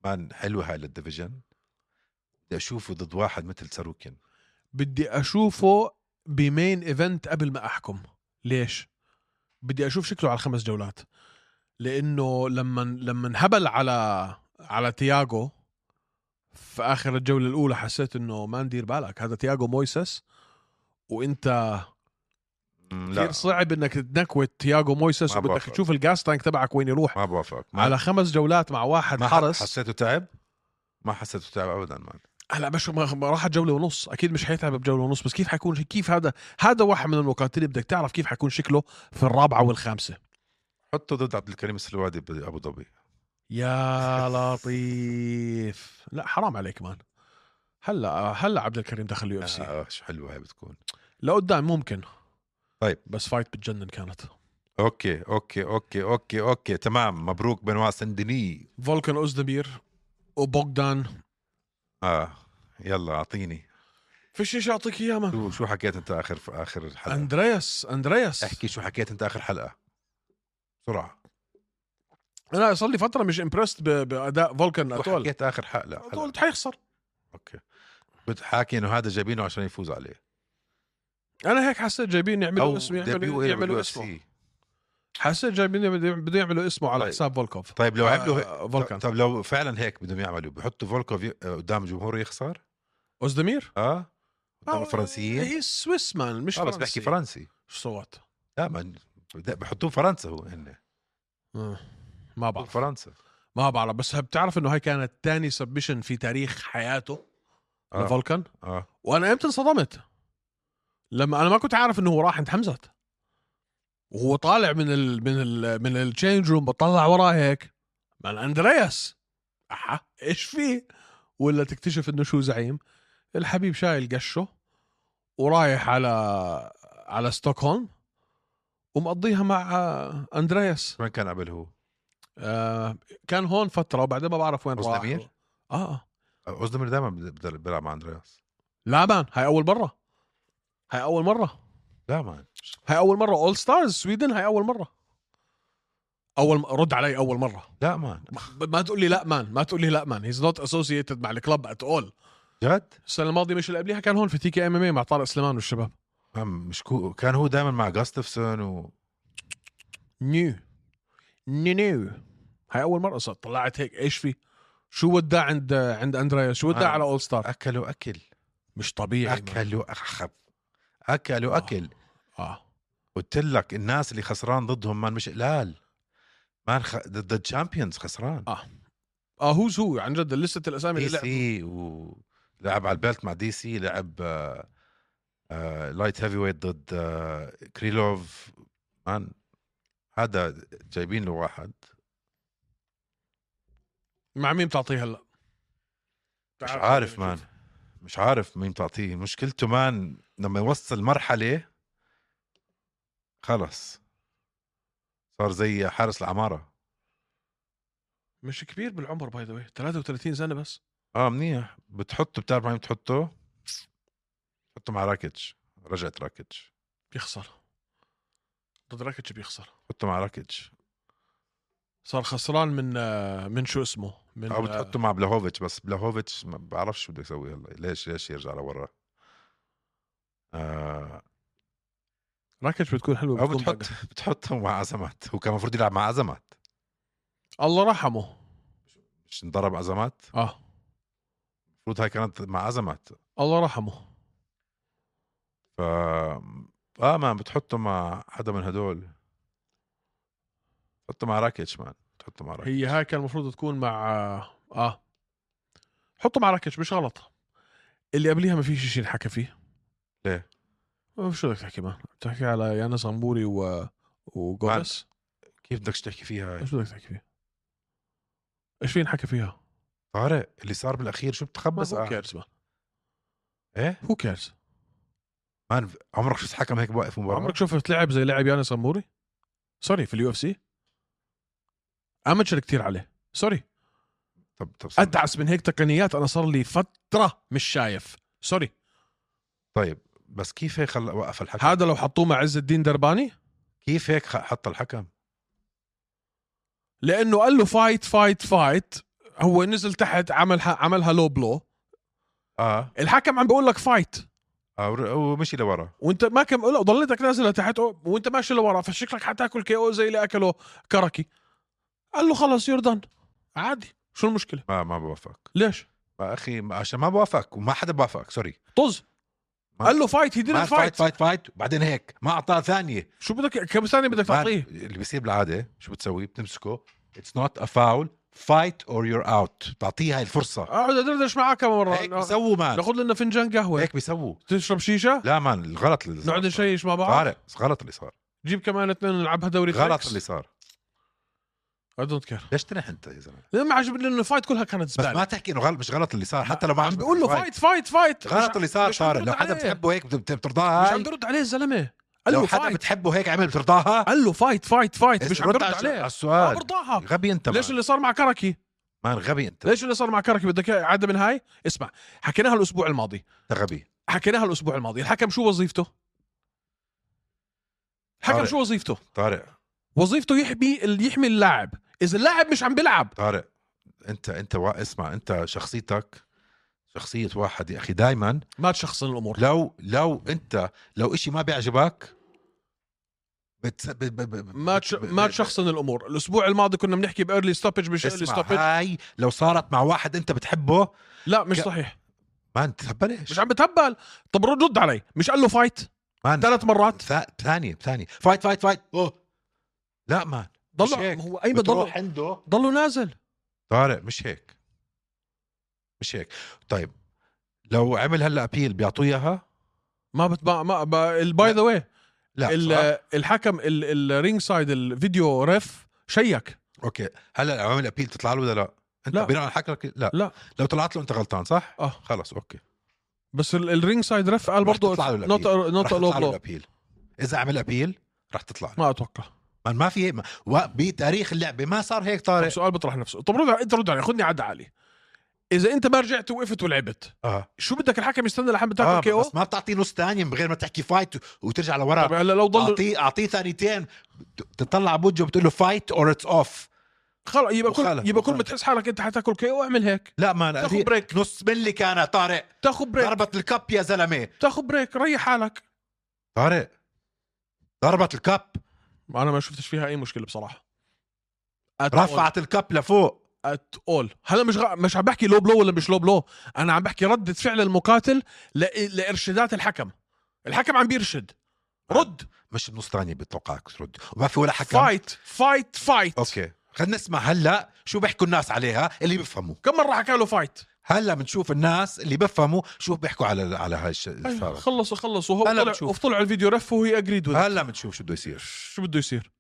S2: مان حلوه هاي للديفيجن بدي اشوفه ضد واحد مثل ساروكين
S1: بدي اشوفه بمين ايفنت قبل ما احكم ليش بدي اشوف شكله على الخمس جولات لانه لما لما هبل على على تياغو في اخر الجوله الاولى حسيت انه ما ندير بالك هذا تياغو مويسس وانت
S2: مم،
S1: كثير
S2: لا
S1: صعب انك تنكوت تياغو مويسس
S2: ما
S1: وبدك
S2: بوافق.
S1: تشوف الجاس تانك تبعك وين يروح
S2: ما بوافق ما
S1: على خمس جولات مع واحد
S2: ما
S1: حرس
S2: حسيته تعب ما حسيته تعب ابدا مان
S1: هلا آه، مش ما- ما راحت جوله ونص اكيد مش حيتعب بجوله ونص بس كيف حيكون كيف هذا هذا واحد من المقاتلين بدك تعرف كيف حيكون شكله في الرابعه والخامسه
S2: حطه ضد عبد الكريم السلوادي بابو ظبي
S1: يا لطيف لا حرام عليك مان هلا هلا عبد الكريم دخل اليو اف سي
S2: آه شو حلوه هاي بتكون
S1: لقدام ممكن
S2: طيب.
S1: بس فايت بتجنن كانت
S2: اوكي اوكي اوكي اوكي اوكي تمام مبروك بنوا سندني
S1: فولكان اوزدمير وبوغدان
S2: اه يلا اعطيني
S1: فيش شيء اعطيك اياه مان
S2: شو شو حكيت انت اخر في اخر حلقه
S1: اندرياس اندرياس
S2: احكي شو حكيت انت اخر حلقه بسرعه
S1: انا صار لي فتره مش امبرست باداء فولكان
S2: شو
S1: اتول
S2: حكيت اخر حلقه حلقة.
S1: قلت حيخسر
S2: اوكي كنت حاكي انه هذا جايبينه عشان يفوز عليه
S1: انا هيك حسيت جايبين يعملوا اسم يعملوا
S2: دبليو إل
S1: يعملوا
S2: بالUFC.
S1: اسمه حسيت جايبين بده يعملوا اسمه على
S2: طيب.
S1: حساب فولكوف
S2: طيب لو عملوا هيك-
S1: آه، فولكان
S2: طب لو فعلا هيك بدهم يعملوا بحطوا فولكوف ي- قدام جمهوره يخسر
S1: اوزدمير
S2: اه قدام
S1: آه،
S2: الفرنسيين
S1: هي سويس مان مش
S2: اه بس
S1: فرنسي
S2: بحكي فرنسي
S1: شو صوت
S2: لا ما بحطوه فرنسا هو هن
S1: آه، ما بعرف
S2: فرنسا
S1: ما بعرف بس بتعرف انه هاي كانت تاني سبمشن في تاريخ حياته
S2: آه.
S1: لفولكان
S2: اه
S1: وانا امتى انصدمت لما انا ما كنت عارف انه هو راح عند حمزه وهو طالع من ال من ال من التشينج روم بطلع وراه هيك مع اندرياس احا ايش فيه ولا تكتشف انه شو زعيم الحبيب شايل قشه ورايح على على ستوكهولم ومقضيها مع آه، اندرياس
S2: وين كان قبل هو؟
S1: آه كان هون فتره وبعدين ما بعرف وين راح
S2: أوزدمير؟
S1: اه آه.
S2: اوزدمير دائما بيلعب مع اندرياس
S1: لا مان هاي اول مره هاي اول مره
S2: دائما
S1: هاي اول مره اول ستارز سويدن هاي اول مره اول م- رد علي اول مره
S2: دائما
S1: ب- ما تقول لي لا مان ما تقول لي لا مان هيز نوت اسوسييتد مع الكلب ات اول
S2: جد؟
S1: السنه الماضيه مش اللي قبليها كان هون في تي كي ام ام مع طارق سليمان والشباب
S2: هم مش كو... كان هو دائما مع جاستفسون و
S1: نيو نيو نيو هاي اول مره صارت طلعت هيك ايش في شو ودع عند عند اندريا شو ودع
S2: آه.
S1: على اول ستار
S2: اكلوا اكل
S1: مش طبيعي مان.
S2: اكلوا اخب اكلوا
S1: إيه، آه.
S2: اكل
S1: اه
S2: قلت لك الناس اللي خسران ضدهم مان مش قلال مان خ... ضد الشامبيونز خسران
S1: آه، اه هوز هو عن جد لسه الاسامي
S2: دي
S1: اللي لعب
S2: سي و لعب على البيلت مع دي سي لعب آه، آه، لايت هيفي ويت ضد آه، كريلوف مان هذا جايبين له واحد
S1: مع مين بتعطيه هلا
S2: مش
S1: تعال
S2: عارف
S1: خلينا
S2: مان
S1: نشوف.
S2: مش عارف مين تعطيه مشكلته مان لما يوصل مرحلة خلص صار زي حارس العمارة
S1: مش كبير بالعمر باي ذا واي 33 سنه بس
S2: اه منيح بتحطه بتعرف وين بتحطه بتحطه مع راكيتش رجعت راكيتش
S1: بيخسر ضد راكيتش بيخسر
S2: حطه مع راكيتش
S1: صار خسران من آه، من شو اسمه من
S2: او
S1: آه،
S2: بتحطه مع بلاهوفيتش بس بلاهوفيتش ما بعرفش شو بده يسوي هلا ليش ليش يرجع لورا آه
S1: راكيتش بتكون حلوه
S2: او
S1: بتكون
S2: بتحط
S1: بقى.
S2: بتحطه مع ازمات هو كان المفروض يلعب مع ازمات
S1: الله رحمه
S2: مش انضرب ازمات
S1: اه
S2: المفروض هاي كانت مع ازمات
S1: الله رحمه
S2: ف اه مان بتحطه مع حدا من هدول تحطه مع راكيتش مان تحطه مع راكيتش
S1: هي هاي كان المفروض تكون مع آه، اه حطه مع راكيتش مش غلط اللي قبليها ما فيش شيء ينحكى فيه
S2: ليه؟
S1: آه، شو بدك تحكي مان بتحكي على يانا صنبوري و وجوميز
S2: كيف بدك تحكي فيها هاي؟
S1: ايش بدك تحكي فيه؟ ايش في ينحكى فيها؟
S2: طارق اللي صار بالاخير شو بتخبص آه،
S1: بس هو
S2: قاعد؟
S1: كيرز مان
S2: ايه
S1: هو كيرز
S2: مان عمرك شفت حكم هيك واقف مباراه؟
S1: عمرك شفت لاعب زي لاعب يانس اموري؟ سوري في اليو اف سي امتشر كتير عليه سوري
S2: طب طب صدق.
S1: ادعس من هيك تقنيات انا صار لي فتره مش شايف سوري
S2: طيب بس كيف هيك خلى وقف الحكم؟
S1: هذا لو حطوه مع عز الدين درباني
S2: كيف هيك خ- حط الحكم؟
S1: لانه قال له فايت فايت فايت هو نزل تحت عمل عملها لو بلو
S2: اه
S1: الحكم عم بيقول لك فايت
S2: آه، ور- ومشي لورا
S1: وانت ما كم لا ضليتك نازل لتحت وانت ماشي لورا فشكلك حتاكل كي او زي اللي اكله كركي قال له خلص يردن عادي شو المشكله
S2: ما ما بوافق
S1: ليش
S2: ما اخي ما- عشان ما بوافق وما حدا بوافق سوري
S1: طز
S2: ما-
S1: قال له فايت هي دينت
S2: ما فايت
S1: فايت
S2: فايت فايت وبعدين هيك ما اعطاه ثانيه
S1: شو بدك كم ثانيه بدك تعطيه
S2: بعرف اللي بيصير بالعاده شو بتسوي بتمسكه اتس نوت ا فاول فايت اور يور اوت بتعطيه هاي الفرصه
S1: اقعد ادردش معك كم مره
S2: هيك بيسووا مان
S1: ناخذ لنا فنجان قهوه
S2: هيك بيسووا
S1: تشرب شيشه
S2: لا مان الغلط اللي
S1: نقعد
S2: صار
S1: نشيش مع بعض
S2: طارق غلط اللي صار
S1: جيب كمان اثنين نلعبها دوري
S2: غلط اللي صار
S1: اي دونت كير
S2: ليش تنح انت يا زلمه
S1: ما عجبني انه الفايت كلها كانت
S2: بس ما
S1: زباله
S2: تحكي انه غلط مش غلط اللي صار حتى لو ما
S1: عم
S2: عجبك
S1: بيقول له
S2: الفايت.
S1: فايت فايت فايت مش-
S2: غلط اللي صار
S1: مش عم
S2: طارق لو
S1: برد
S2: حدا
S1: عليه.
S2: بتحبه هيك بت-
S1: مش
S2: بترضاها
S1: عم
S2: هاي
S1: برد عليه الزلمه قال له
S2: لو حدا
S1: فايت
S2: بتحبه هيك عمل بترضاها
S1: قال له فايت فايت فايت مش عم
S2: رد
S1: برد
S2: على السؤال- على
S1: عليه ما
S2: السؤال
S1: برضاها
S2: غبي انت
S1: ليش
S2: ليش
S1: اللي صار مع كركي
S2: مان غبي انت
S1: ليش اللي صار مع كركي بدك إياه عاده من هاي اسمع حكيناها الاسبوع الماضي
S2: انت غبي
S1: حكيناها الاسبوع الماضي الحكم شو وظيفته الحكم
S2: طارق.
S1: شو وظيفته
S2: طارق
S1: وظيفته يحمي ال- يحمي اللاعب اذا اللاعب مش عم بيلعب
S2: طارق انت انت وا... اسمع انت شخصيتك شخصية واحد يا اخي دائما
S1: ما تشخصن الامور
S2: لو لو انت لو اشي ما بيعجبك بتس... ب... ب... ب...
S1: ما تش... ما تشخصن الامور الاسبوع الماضي كنا بنحكي بايرلي ستوبج مش ايرلي
S2: اسمع
S1: ستوبج
S2: هاي لو صارت مع واحد انت بتحبه
S1: لا مش
S2: ك-
S1: صحيح
S2: ما انت بلاش
S1: مش عم بتهبل طب رد رد علي مش قال له فايت
S2: مان
S1: ثلاث مرات
S2: ث- ثانية ثانية فايت فايت فايت اوه لا مان مش
S1: ضل
S2: هيك.
S1: هو ايمن ضل
S2: بتروح عنده
S1: ضله نازل
S2: طارق مش هيك مش هيك طيب لو عمل هلا ابيل بيعطوه اياها
S1: ما بت ما ما, ما الباي ذا واي
S2: لا صح؟
S1: ال- الحكم الرينج سايد الفيديو ريف شيك
S2: اوكي هلا لو عمل ابيل تطلع له ولا لا انت
S1: لا.
S2: بناء على حكيك لا
S1: لا.
S2: لو طلعت له انت غلطان صح؟
S1: اه
S2: خلص اوكي
S1: بس ال- الرينج سايد رف قال
S2: راح
S1: برضه
S2: تطلع له
S1: نوت
S2: رح
S1: نوت
S2: تطلع له
S1: لو
S2: الابيل اذا عمل ابيل رح تطلع له
S1: ما اتوقع
S2: ما- ما في ما- و- بتاريخ اللعبه ما صار هيك
S1: طب
S2: طارق
S1: سؤال بيطرح نفسه طب رد على- انت رد علي خذني عد علي اذا انت ما رجعت وقفت ولعبت
S2: اه
S1: شو بدك الحكم يستنى لحد بتاكل
S2: آه
S1: كي او
S2: بس ما بتعطيه نص ثانيه من غير ما تحكي فايت وترجع لورا
S1: طب هلا لو ضل
S2: اعطيه اعطيه ثانيتين ت- تطلع بوجه بتقول له فايت اور اتس اوف
S1: خلص يبقى
S2: وخلع.
S1: كل يبقى كل ما
S2: وخلع.
S1: تحس حالك انت حتاكل كي او اعمل هيك
S2: لا ما أنا-
S1: تاخذ بريك
S2: نص ملي كان طارق
S1: تاخذ بريك
S2: ضربت الكب يا زلمه
S1: تاخذ بريك ريح حالك
S2: طارق ضربت الكب
S1: انا ما شفتش فيها اي مشكله بصراحه At all.
S2: رفعت الكب لفوق
S1: ات اول هلا مش غ... مش عم بحكي لو بلو ولا مش لو بلو انا عم بحكي ردة فعل المقاتل ل... لارشادات الحكم الحكم عم بيرشد رد
S2: مش بنص ثانيه بتوقعك ترد وما في ولا حكم
S1: فايت فايت فايت
S2: اوكي خلينا نسمع هلا شو بيحكوا الناس عليها اللي بيفهموا
S1: كم مره حكى له فايت
S2: هلا بنشوف الناس اللي بيفهموا شو بيحكوا على على هاي الش-
S1: أيوة،
S2: الفارق
S1: خلصوا خلصوا هو
S2: هلا
S1: طلع
S2: بتشوف.
S1: وطلع الفيديو رف وهي اجريد
S2: هلا بنشوف شو بده يصير
S1: شو بده يصير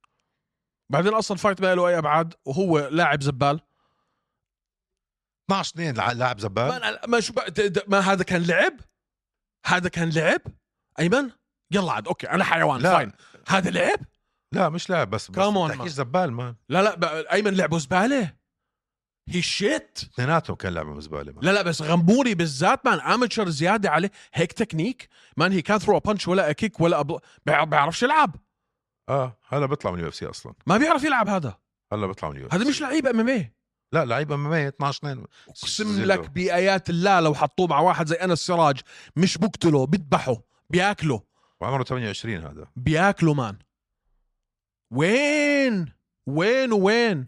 S1: بعدين اصلا فايت ما له اي ابعاد وهو لاعب زبال
S2: 12 2 لع- لاعب زبال
S1: ما, ما شو بق- د- د- ما هذا كان لعب هذا كان لعب ايمن يلا عاد اوكي انا حيوان
S2: لا.
S1: فاين هذا لعب
S2: لا مش لاعب بس بس
S1: Come on,
S2: تحكيش
S1: man.
S2: زبال مان
S1: لا لا بقى- ايمن لعبه زباله هي شيت
S2: اثنيناتهم كان لعبهم زباله مان
S1: لا لا بس غموري بالذات مان اماتشر زياده عليه هيك تكنيك مان هي كان ثرو بانش ولا كيك ولا أبل... بيع- بيعرفش يلعب
S2: اه هلا بيطلع من اليو اف سي اصلا
S1: ما بيعرف يلعب هذا
S2: هلا بيطلع من اليو
S1: هذا مش لعيب ام ام
S2: لا لعيب ام 12 2
S1: اقسم لك بايات الله لو حطوه مع واحد زي انس سراج مش بقتله بذبحه بياكله
S2: وعمره 28 هذا
S1: بياكلوا مان وين وين وين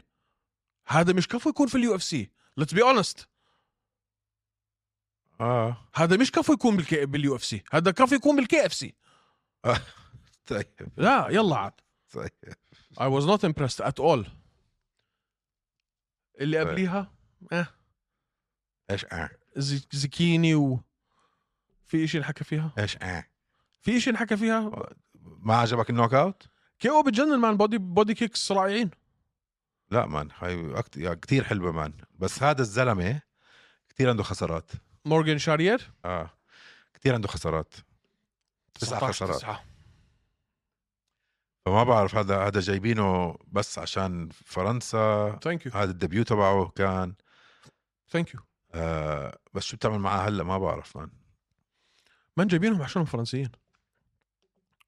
S1: هذا مش كفو يكون في اليو اف سي ليتس بي اونست
S2: اه
S1: هذا مش كفو يكون بالكي... باليو اف سي هذا كفو يكون بالكي اف سي
S2: طيب
S1: لا يلا عاد
S2: طيب
S1: I was not impressed at all اللي قبليها
S2: ايش اه
S1: زي... زكيني و في شيء انحكى فيها
S2: ايش اه
S1: في شيء انحكى فيها
S2: ما عجبك النوك اوت؟
S1: كي او بتجنن مان بودي بودي كيكس رائعين
S2: لا مان هاي أكت- يا كتير حلوه مان بس هذا الزلمه كتير عنده خسارات
S1: مورغان شارير
S2: اه كتير عنده خسارات تسع
S1: 19
S2: خسارات.
S1: تسعة.
S2: فما بعرف هذا هذا جايبينه بس عشان فرنسا
S1: ثانك يو
S2: هذا الدبيو تبعه كان
S1: ثانك يو
S2: آه بس شو بتعمل معاه هلا ما بعرف مان
S1: من جايبينهم عشانهم فرنسيين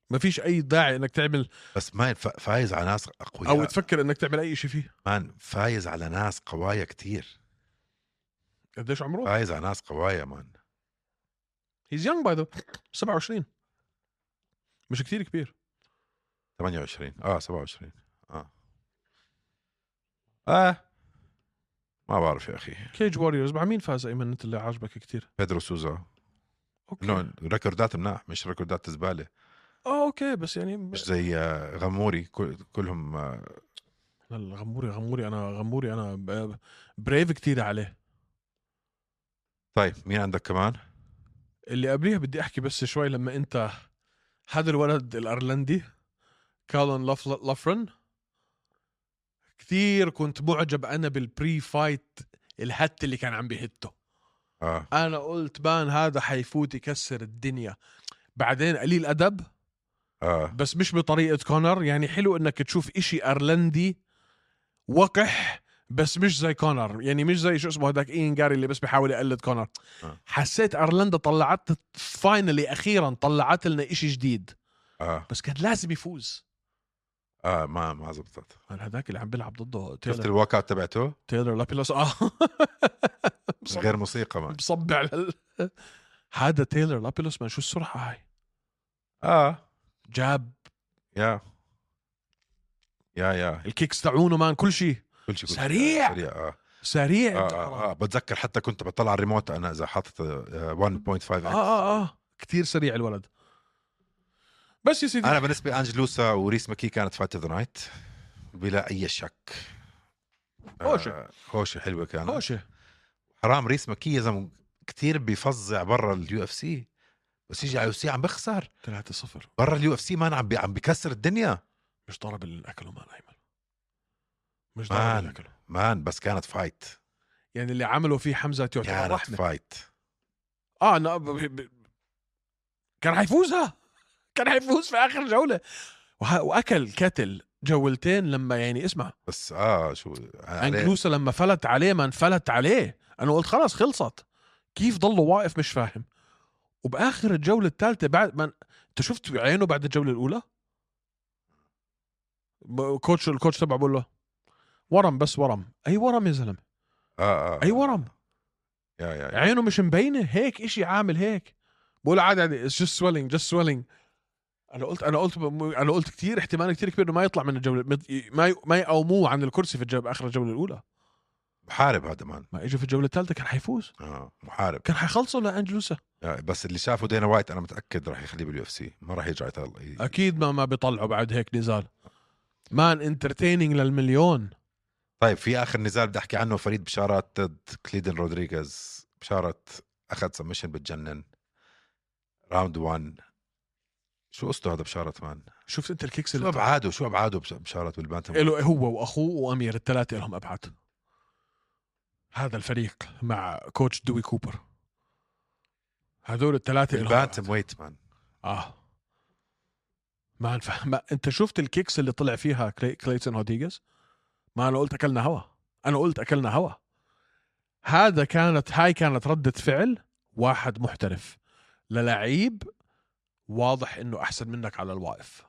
S1: ما فيش اي داعي انك تعمل
S2: بس مان ف- فايز على ناس اقوياء
S1: او تفكر انك تعمل اي شيء فيه
S2: مان فايز على ناس قوايا كتير
S1: قديش عمره؟
S2: فايز على ناس قوايا مان
S1: هيز يونغ باي ذا 27 مش كثير كبير
S2: 28 اه 27 اه اه ما بعرف يا اخي
S1: كيج واريورز مع مين فاز ايمن انت اللي عاجبك كثير؟
S2: بيدرو سوزا
S1: اوكي
S2: انه ريكوردات مناح مش ريكوردات زباله
S1: اه اوكي بس يعني ب-
S2: مش زي آه، غموري كل- كلهم آه،
S1: لا لا، غموري غموري انا غموري انا ب- ب- بريف كثير عليه
S2: طيب مين عندك كمان؟
S1: اللي قبليها بدي احكي بس شوي لما انت هذا الولد الايرلندي كالون لف لفرن كثير كنت معجب انا بالبري فايت الهت اللي كان عم بيهته
S2: اه
S1: انا قلت بان هذا حيفوت يكسر الدنيا بعدين قليل ادب
S2: اه
S1: بس مش بطريقه كونر يعني حلو انك تشوف إشي ايرلندي وقح بس مش زي كونر يعني مش زي شو اسمه هذاك اين جاري اللي بس بيحاول يقلد كونر
S2: آه.
S1: حسيت ايرلندا طلعت فاينلي اخيرا طلعت لنا إشي جديد
S2: اه
S1: بس كان لازم يفوز
S2: اه ما ما زبطت
S1: أنا هذاك اللي عم بيلعب ضده
S2: شفت
S1: تايلر
S2: الواك اوت تبعته؟
S1: تايلر لابيلوس اه
S2: من غير موسيقى ما
S1: مصبع لل- هذا تايلر لابيلوس ما شو السرعه هاي
S2: اه
S1: جاب
S2: يا يا يا
S1: الكيكس تاعونه مان كل شيء
S2: كل شيء كل شيء.
S1: سريع.
S2: سريع اه
S1: سريع
S2: آه, آه, اه بتذكر حتى كنت بطلع على الريموت انا اذا حاطط آه، 1.5
S1: اه اه اه كثير سريع الولد بس يا سيدي
S2: انا بالنسبه انجلوسا وريس مكي كانت فايت اوف ذا نايت بلا اي شك
S1: هوشة.
S2: آه هوشه حلوه كانت
S1: هوشة
S2: حرام ريس مكي يا زلمه كثير بيفظع برا اليو اف سي بس يجي على اليو اف سي عم بخسر
S1: 3-0
S2: برا اليو اف سي مان عم بي عم بكسر الدنيا
S1: مش ضرب اللي اكله مان ايمن مش ضرب
S2: مان.
S1: اللي اكله
S2: مان بس كانت فايت
S1: يعني اللي عملوا فيه حمزه يعتبر
S2: كانت
S1: رحمه
S2: فايت
S1: اه أنا ب... ب... ب... كان حيفوزها كان حيفوز في اخر جوله وه... واكل كتل جولتين لما يعني اسمع
S2: بس اه شو عليه
S1: انكلوسا يعني لما فلت عليه ما انفلت عليه انا قلت خلاص خلصت كيف ضله واقف مش فاهم وباخر الجوله الثالثه بعد ما انت شفت عينه بعد الجوله الاولى ب- كوتش الكوتش تبعه بقول له ورم بس ورم اي ورم يا زلمه
S2: اه اه
S1: اي ورم
S2: يا يا, يا.
S1: عينه مش مبينه هيك اشي عامل هيك بقول عادي عادي اتس جست سويلينج جست سويلينج انا قلت انا قلت انا قلت كثير احتمال كثير كبير انه ما يطلع من الجوله ما ما يقوموه عن الكرسي في الجوله اخر الجوله الاولى
S2: محارب هذا مان
S1: ما اجى في الجوله الثالثه كان حيفوز
S2: اه محارب
S1: كان حيخلصوا لانجلوسا
S2: آه، بس اللي شافه دينا وايت انا متاكد راح يخليه باليو اف سي ما راح يرجع يطلع
S1: اكيد ما ما بيطلعوا بعد هيك نزال مان انترتيننج للمليون
S2: طيب في اخر نزال بدي احكي عنه فريد بشارات ضد كليدن رودريغيز بشارات اخذ سبمشن بتجنن راوند 1 شو قصته هذا بشارات مان؟
S1: شفت انت الكيكس
S2: شو
S1: اللي
S2: ابعاده شو ابعاده بش- بشارات بالبانتم
S1: له هو واخوه وامير الثلاثه لهم ابعاد هذا الفريق مع كوتش دوي كوبر هذول الثلاثه لهم أبعاد.
S2: بالبانتم ويت مان
S1: اه ما انفع ما انت شفت الكيكس اللي طلع فيها كلي... كليتون هوديجز ما انا قلت اكلنا هوا انا قلت اكلنا هوا هذا كانت هاي كانت ردة فعل واحد محترف للعيب واضح انه احسن منك على الواقف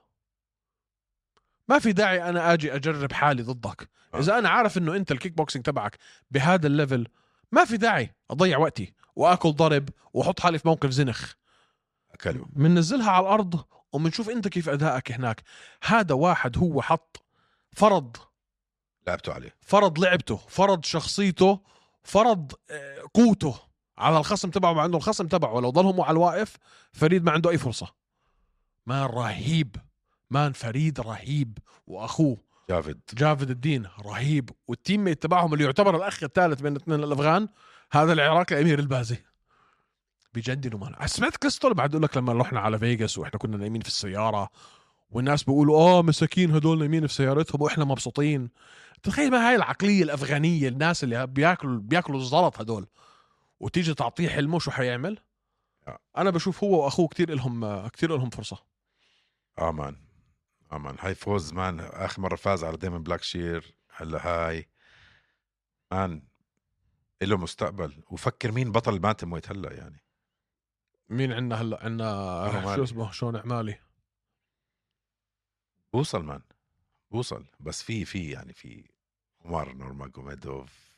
S1: ما في داعي انا اجي اجرب حالي ضدك
S2: آه.
S1: اذا انا عارف انه انت الكيك بوكسينج تبعك بهذا الليفل ما في داعي اضيع وقتي واكل ضرب واحط حالي في موقف زنخ
S2: اكلوا
S1: بننزلها على الارض وبنشوف انت كيف ادائك هناك هذا واحد هو حط فرض
S2: لعبتوا عليه
S1: فرض لعبته فرض شخصيته فرض آه، قوته على الخصم تبعه مع انه الخصم تبعه لو ضلهم على الواقف فريد ما عنده اي فرصه مان رهيب مان فريد رهيب واخوه
S2: جافد
S1: جافد الدين رهيب والتيم ميت تبعهم اللي يعتبر الاخ الثالث بين الاثنين الافغان هذا العراقي امير البازي بجننوا مان سمعت قصته اللي بعد اقول لك لما رحنا على فيغاس واحنا كنا نايمين في السياره والناس بيقولوا اه مساكين هدول نايمين في سيارتهم واحنا مبسوطين تخيل ما هاي العقليه الافغانيه الناس اللي بياكلوا بياكلوا الزلط هدول وتيجي تعطيه حلمه شو حيعمل انا بشوف هو واخوه كثير لهم كثير لهم فرصه
S2: اه مان اه مان هاي فوز مان اخر مره فاز على ديمن بلاك شير هلا هاي مان له مستقبل وفكر مين بطل البانتم ويت هلا يعني
S1: مين عندنا هلا عندنا
S2: عمالي.
S1: شو اسمه شون عمالي
S2: بوصل مان بوصل بس في في يعني في عمر نورماجوميدوف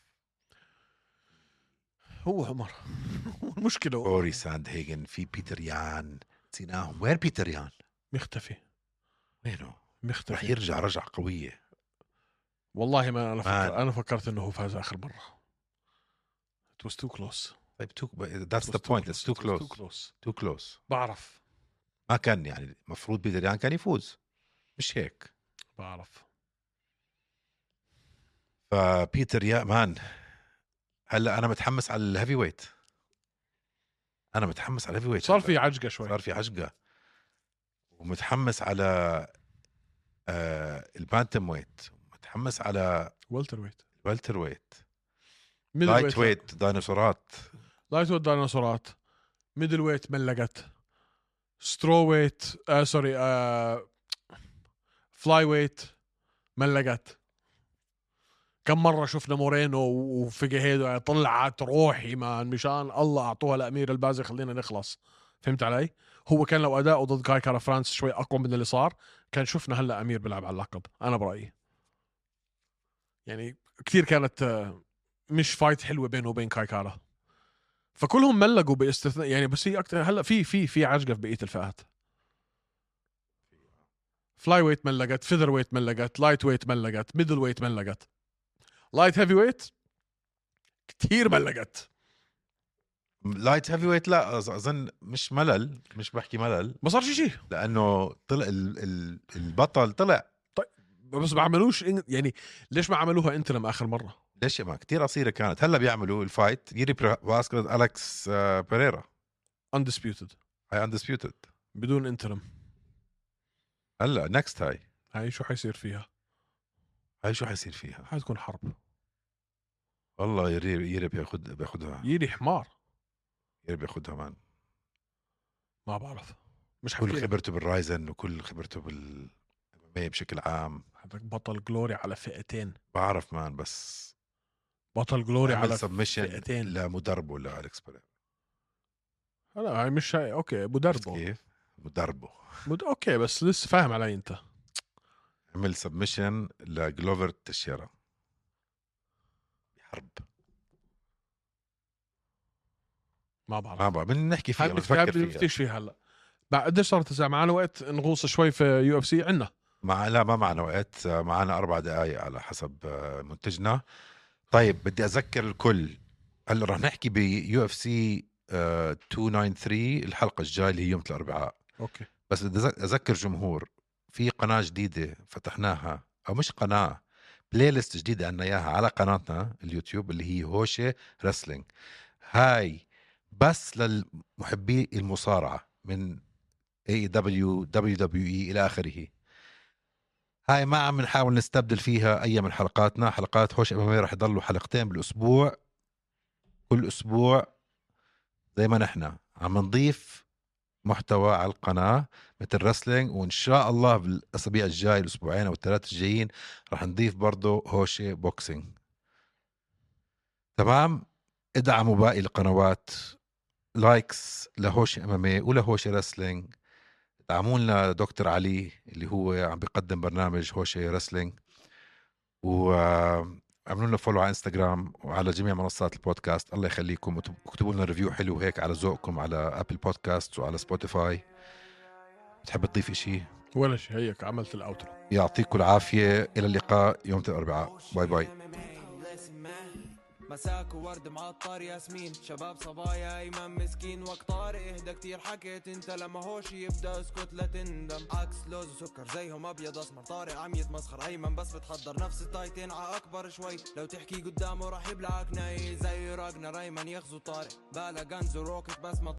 S1: هو عمر المشكله هو
S2: كوري ساند هيجن في بيتر يان نسيناهم وين بيتر يان؟
S1: مختفي
S2: وينه؟ رح
S1: مختفي
S2: يرجع رجع قوية
S1: والله ما انا فكر
S2: مان.
S1: انا فكرت انه هو فاز اخر مره It was too close
S2: طيب تو ذاتس
S1: It
S2: ذا
S1: was too
S2: بوينت
S1: close.
S2: اتس تو
S1: It was
S2: كلوز
S1: too close.
S2: تو كلوز
S1: بعرف
S2: ما كان يعني المفروض بيتر يان كان يفوز مش هيك
S1: بعرف
S2: فبيتر يا مان هلا انا متحمس على الهيفي ويت انا متحمس على الهيفي ويت
S1: صار
S2: هلأ.
S1: في عجقه شوي
S2: صار في عجقه ومتحمس على آه البانتم ويت متحمس على
S1: والتر ويت
S2: الوالتر ويت
S1: ميدل
S2: لايت ويت ديناصورات
S1: لايت ويت ديناصورات ميدل ويت ملقت سترو ويت آه سوري آه فلاي ويت ملقت كم مرة شفنا مورينو وفيجيهيدو طلعت روحي مان مشان الله أعطوها لأمير البازي خلينا نخلص فهمت علي؟ هو كان لو أداؤه ضد كاي كارا فرانس شوي أقوى من اللي صار كان شفنا هلا أمير بيلعب على اللقب أنا برأيي يعني كثير كانت آه، مش فايت حلوة بينه وبين كاي كارا فكلهم ملقوا باستثناء يعني بس هي اكثر هلا في في في عجقه في بقيه الفئات فلاي ويت ملقت فيذر ويت ملقت لايت ويت ملقت ميدل ويت ملقت لايت هيفي ويت كثير ملقت
S2: لايت هيفي ويت لا أظ- اظن مش ملل مش بحكي ملل
S1: ما صار شيء شيء
S2: لانه طلع ال ال البطل طلع
S1: بس ما عملوش إن- يعني ليش ما عملوها انترم اخر مره
S2: ليش ما كثير قصيره كانت هلا بيعملوا الفايت يري برا- باسكو ضد الكس آه، بيريرا
S1: اندسبيوتد
S2: هاي اندسبيوتد
S1: بدون انترم
S2: هلا نكست هاي
S1: هاي شو حيصير فيها
S2: هاي شو حيصير فيها
S1: حتكون حرب
S2: والله يريب يريب ياخذ بياخذها
S1: يلي حمار
S2: يريب ياخذها مان
S1: ما بعرف مش
S2: كل
S1: حكي
S2: خبرته بالرايزن وكل خبرته بال MMA بشكل عام
S1: حضرتك بطل جلوري على فئتين
S2: بعرف مان بس
S1: بطل جلوري على
S2: عمل سبمشن
S1: فئتين
S2: لمدربه لالكس بيريرا
S1: لا هاي مش هاي اوكي
S2: عرفت
S1: مدربه
S2: كيف؟ مدربه
S1: مد... اوكي بس لسه فاهم علي انت
S2: عمل سبمشن لجلوفر تشيرا حرب
S1: ما بعرف
S2: ما بعرف بدنا نحكي فيها
S1: هاي
S2: بنفكر
S1: بنفتح-
S2: فيها
S1: بنفتش فيها هلا بعد قديش صارت اذا معنا وقت نغوص شوي في يو اف سي عندنا
S2: مع لا ما معنا وقت معنا اربع دقائق على حسب آه، منتجنا طيب بدي اذكر الكل هلا رح نحكي بيو اف سي آه، 293 الحلقه الجايه اللي هي يوم الاربعاء
S1: اوكي
S2: بس بدي أذك- اذكر جمهور في قناه جديده فتحناها او مش قناه بلاي ليست جديده عنا اياها على قناتنا اليوتيوب اللي هي هوشه رسلينج هاي بس للمحبي المصارعه من E اي دبليو دبليو دبليو اي الى اخره E هاي ما عم نحاول نستبدل فيها اي من حلقاتنا حلقات هوش ام رح إيه يضلوا حلقتين بالاسبوع كل اسبوع زي ما نحن عم نضيف محتوى على القناه مثل رسلينج وان شاء الله بالاسابيع الجاي الاسبوعين او الثلاثه الجايين رح نضيف برضه هوشه بوكسينج تمام ادعموا باقي القنوات لايكس لهوشه امامي ولهوشه إيه رسلينج ادعموا لنا دكتور علي اللي هو عم بيقدم برنامج هوشه رسلينج وعملوا لنا فولو على انستغرام وعلى جميع منصات البودكاست الله يخليكم وتب- واكتبوا لنا ريفيو حلو هيك على ذوقكم على ابل بودكاست وعلى سبوتيفاي بتحب تضيف إشي
S1: ولا شيء هيك عملت الاوترو
S2: يعطيكم العافية إلى اللقاء يوم الأربعاء باي باي
S3: مساك وورد معطر ياسمين شباب صبايا ايمن مسكين وقت طارق اهدى كتير حكيت انت لما هوش يبدا اسكت لا تندم عكس لوز وسكر زيهم ابيض اسمر طارق عم يتمسخر ايمن بس بتحضر نفس التايتين ع اكبر شوي لو تحكي قدامه راح يبلعك ناي زي راجنا ريمان يغزو طارق بالا غنز وروكت بس ما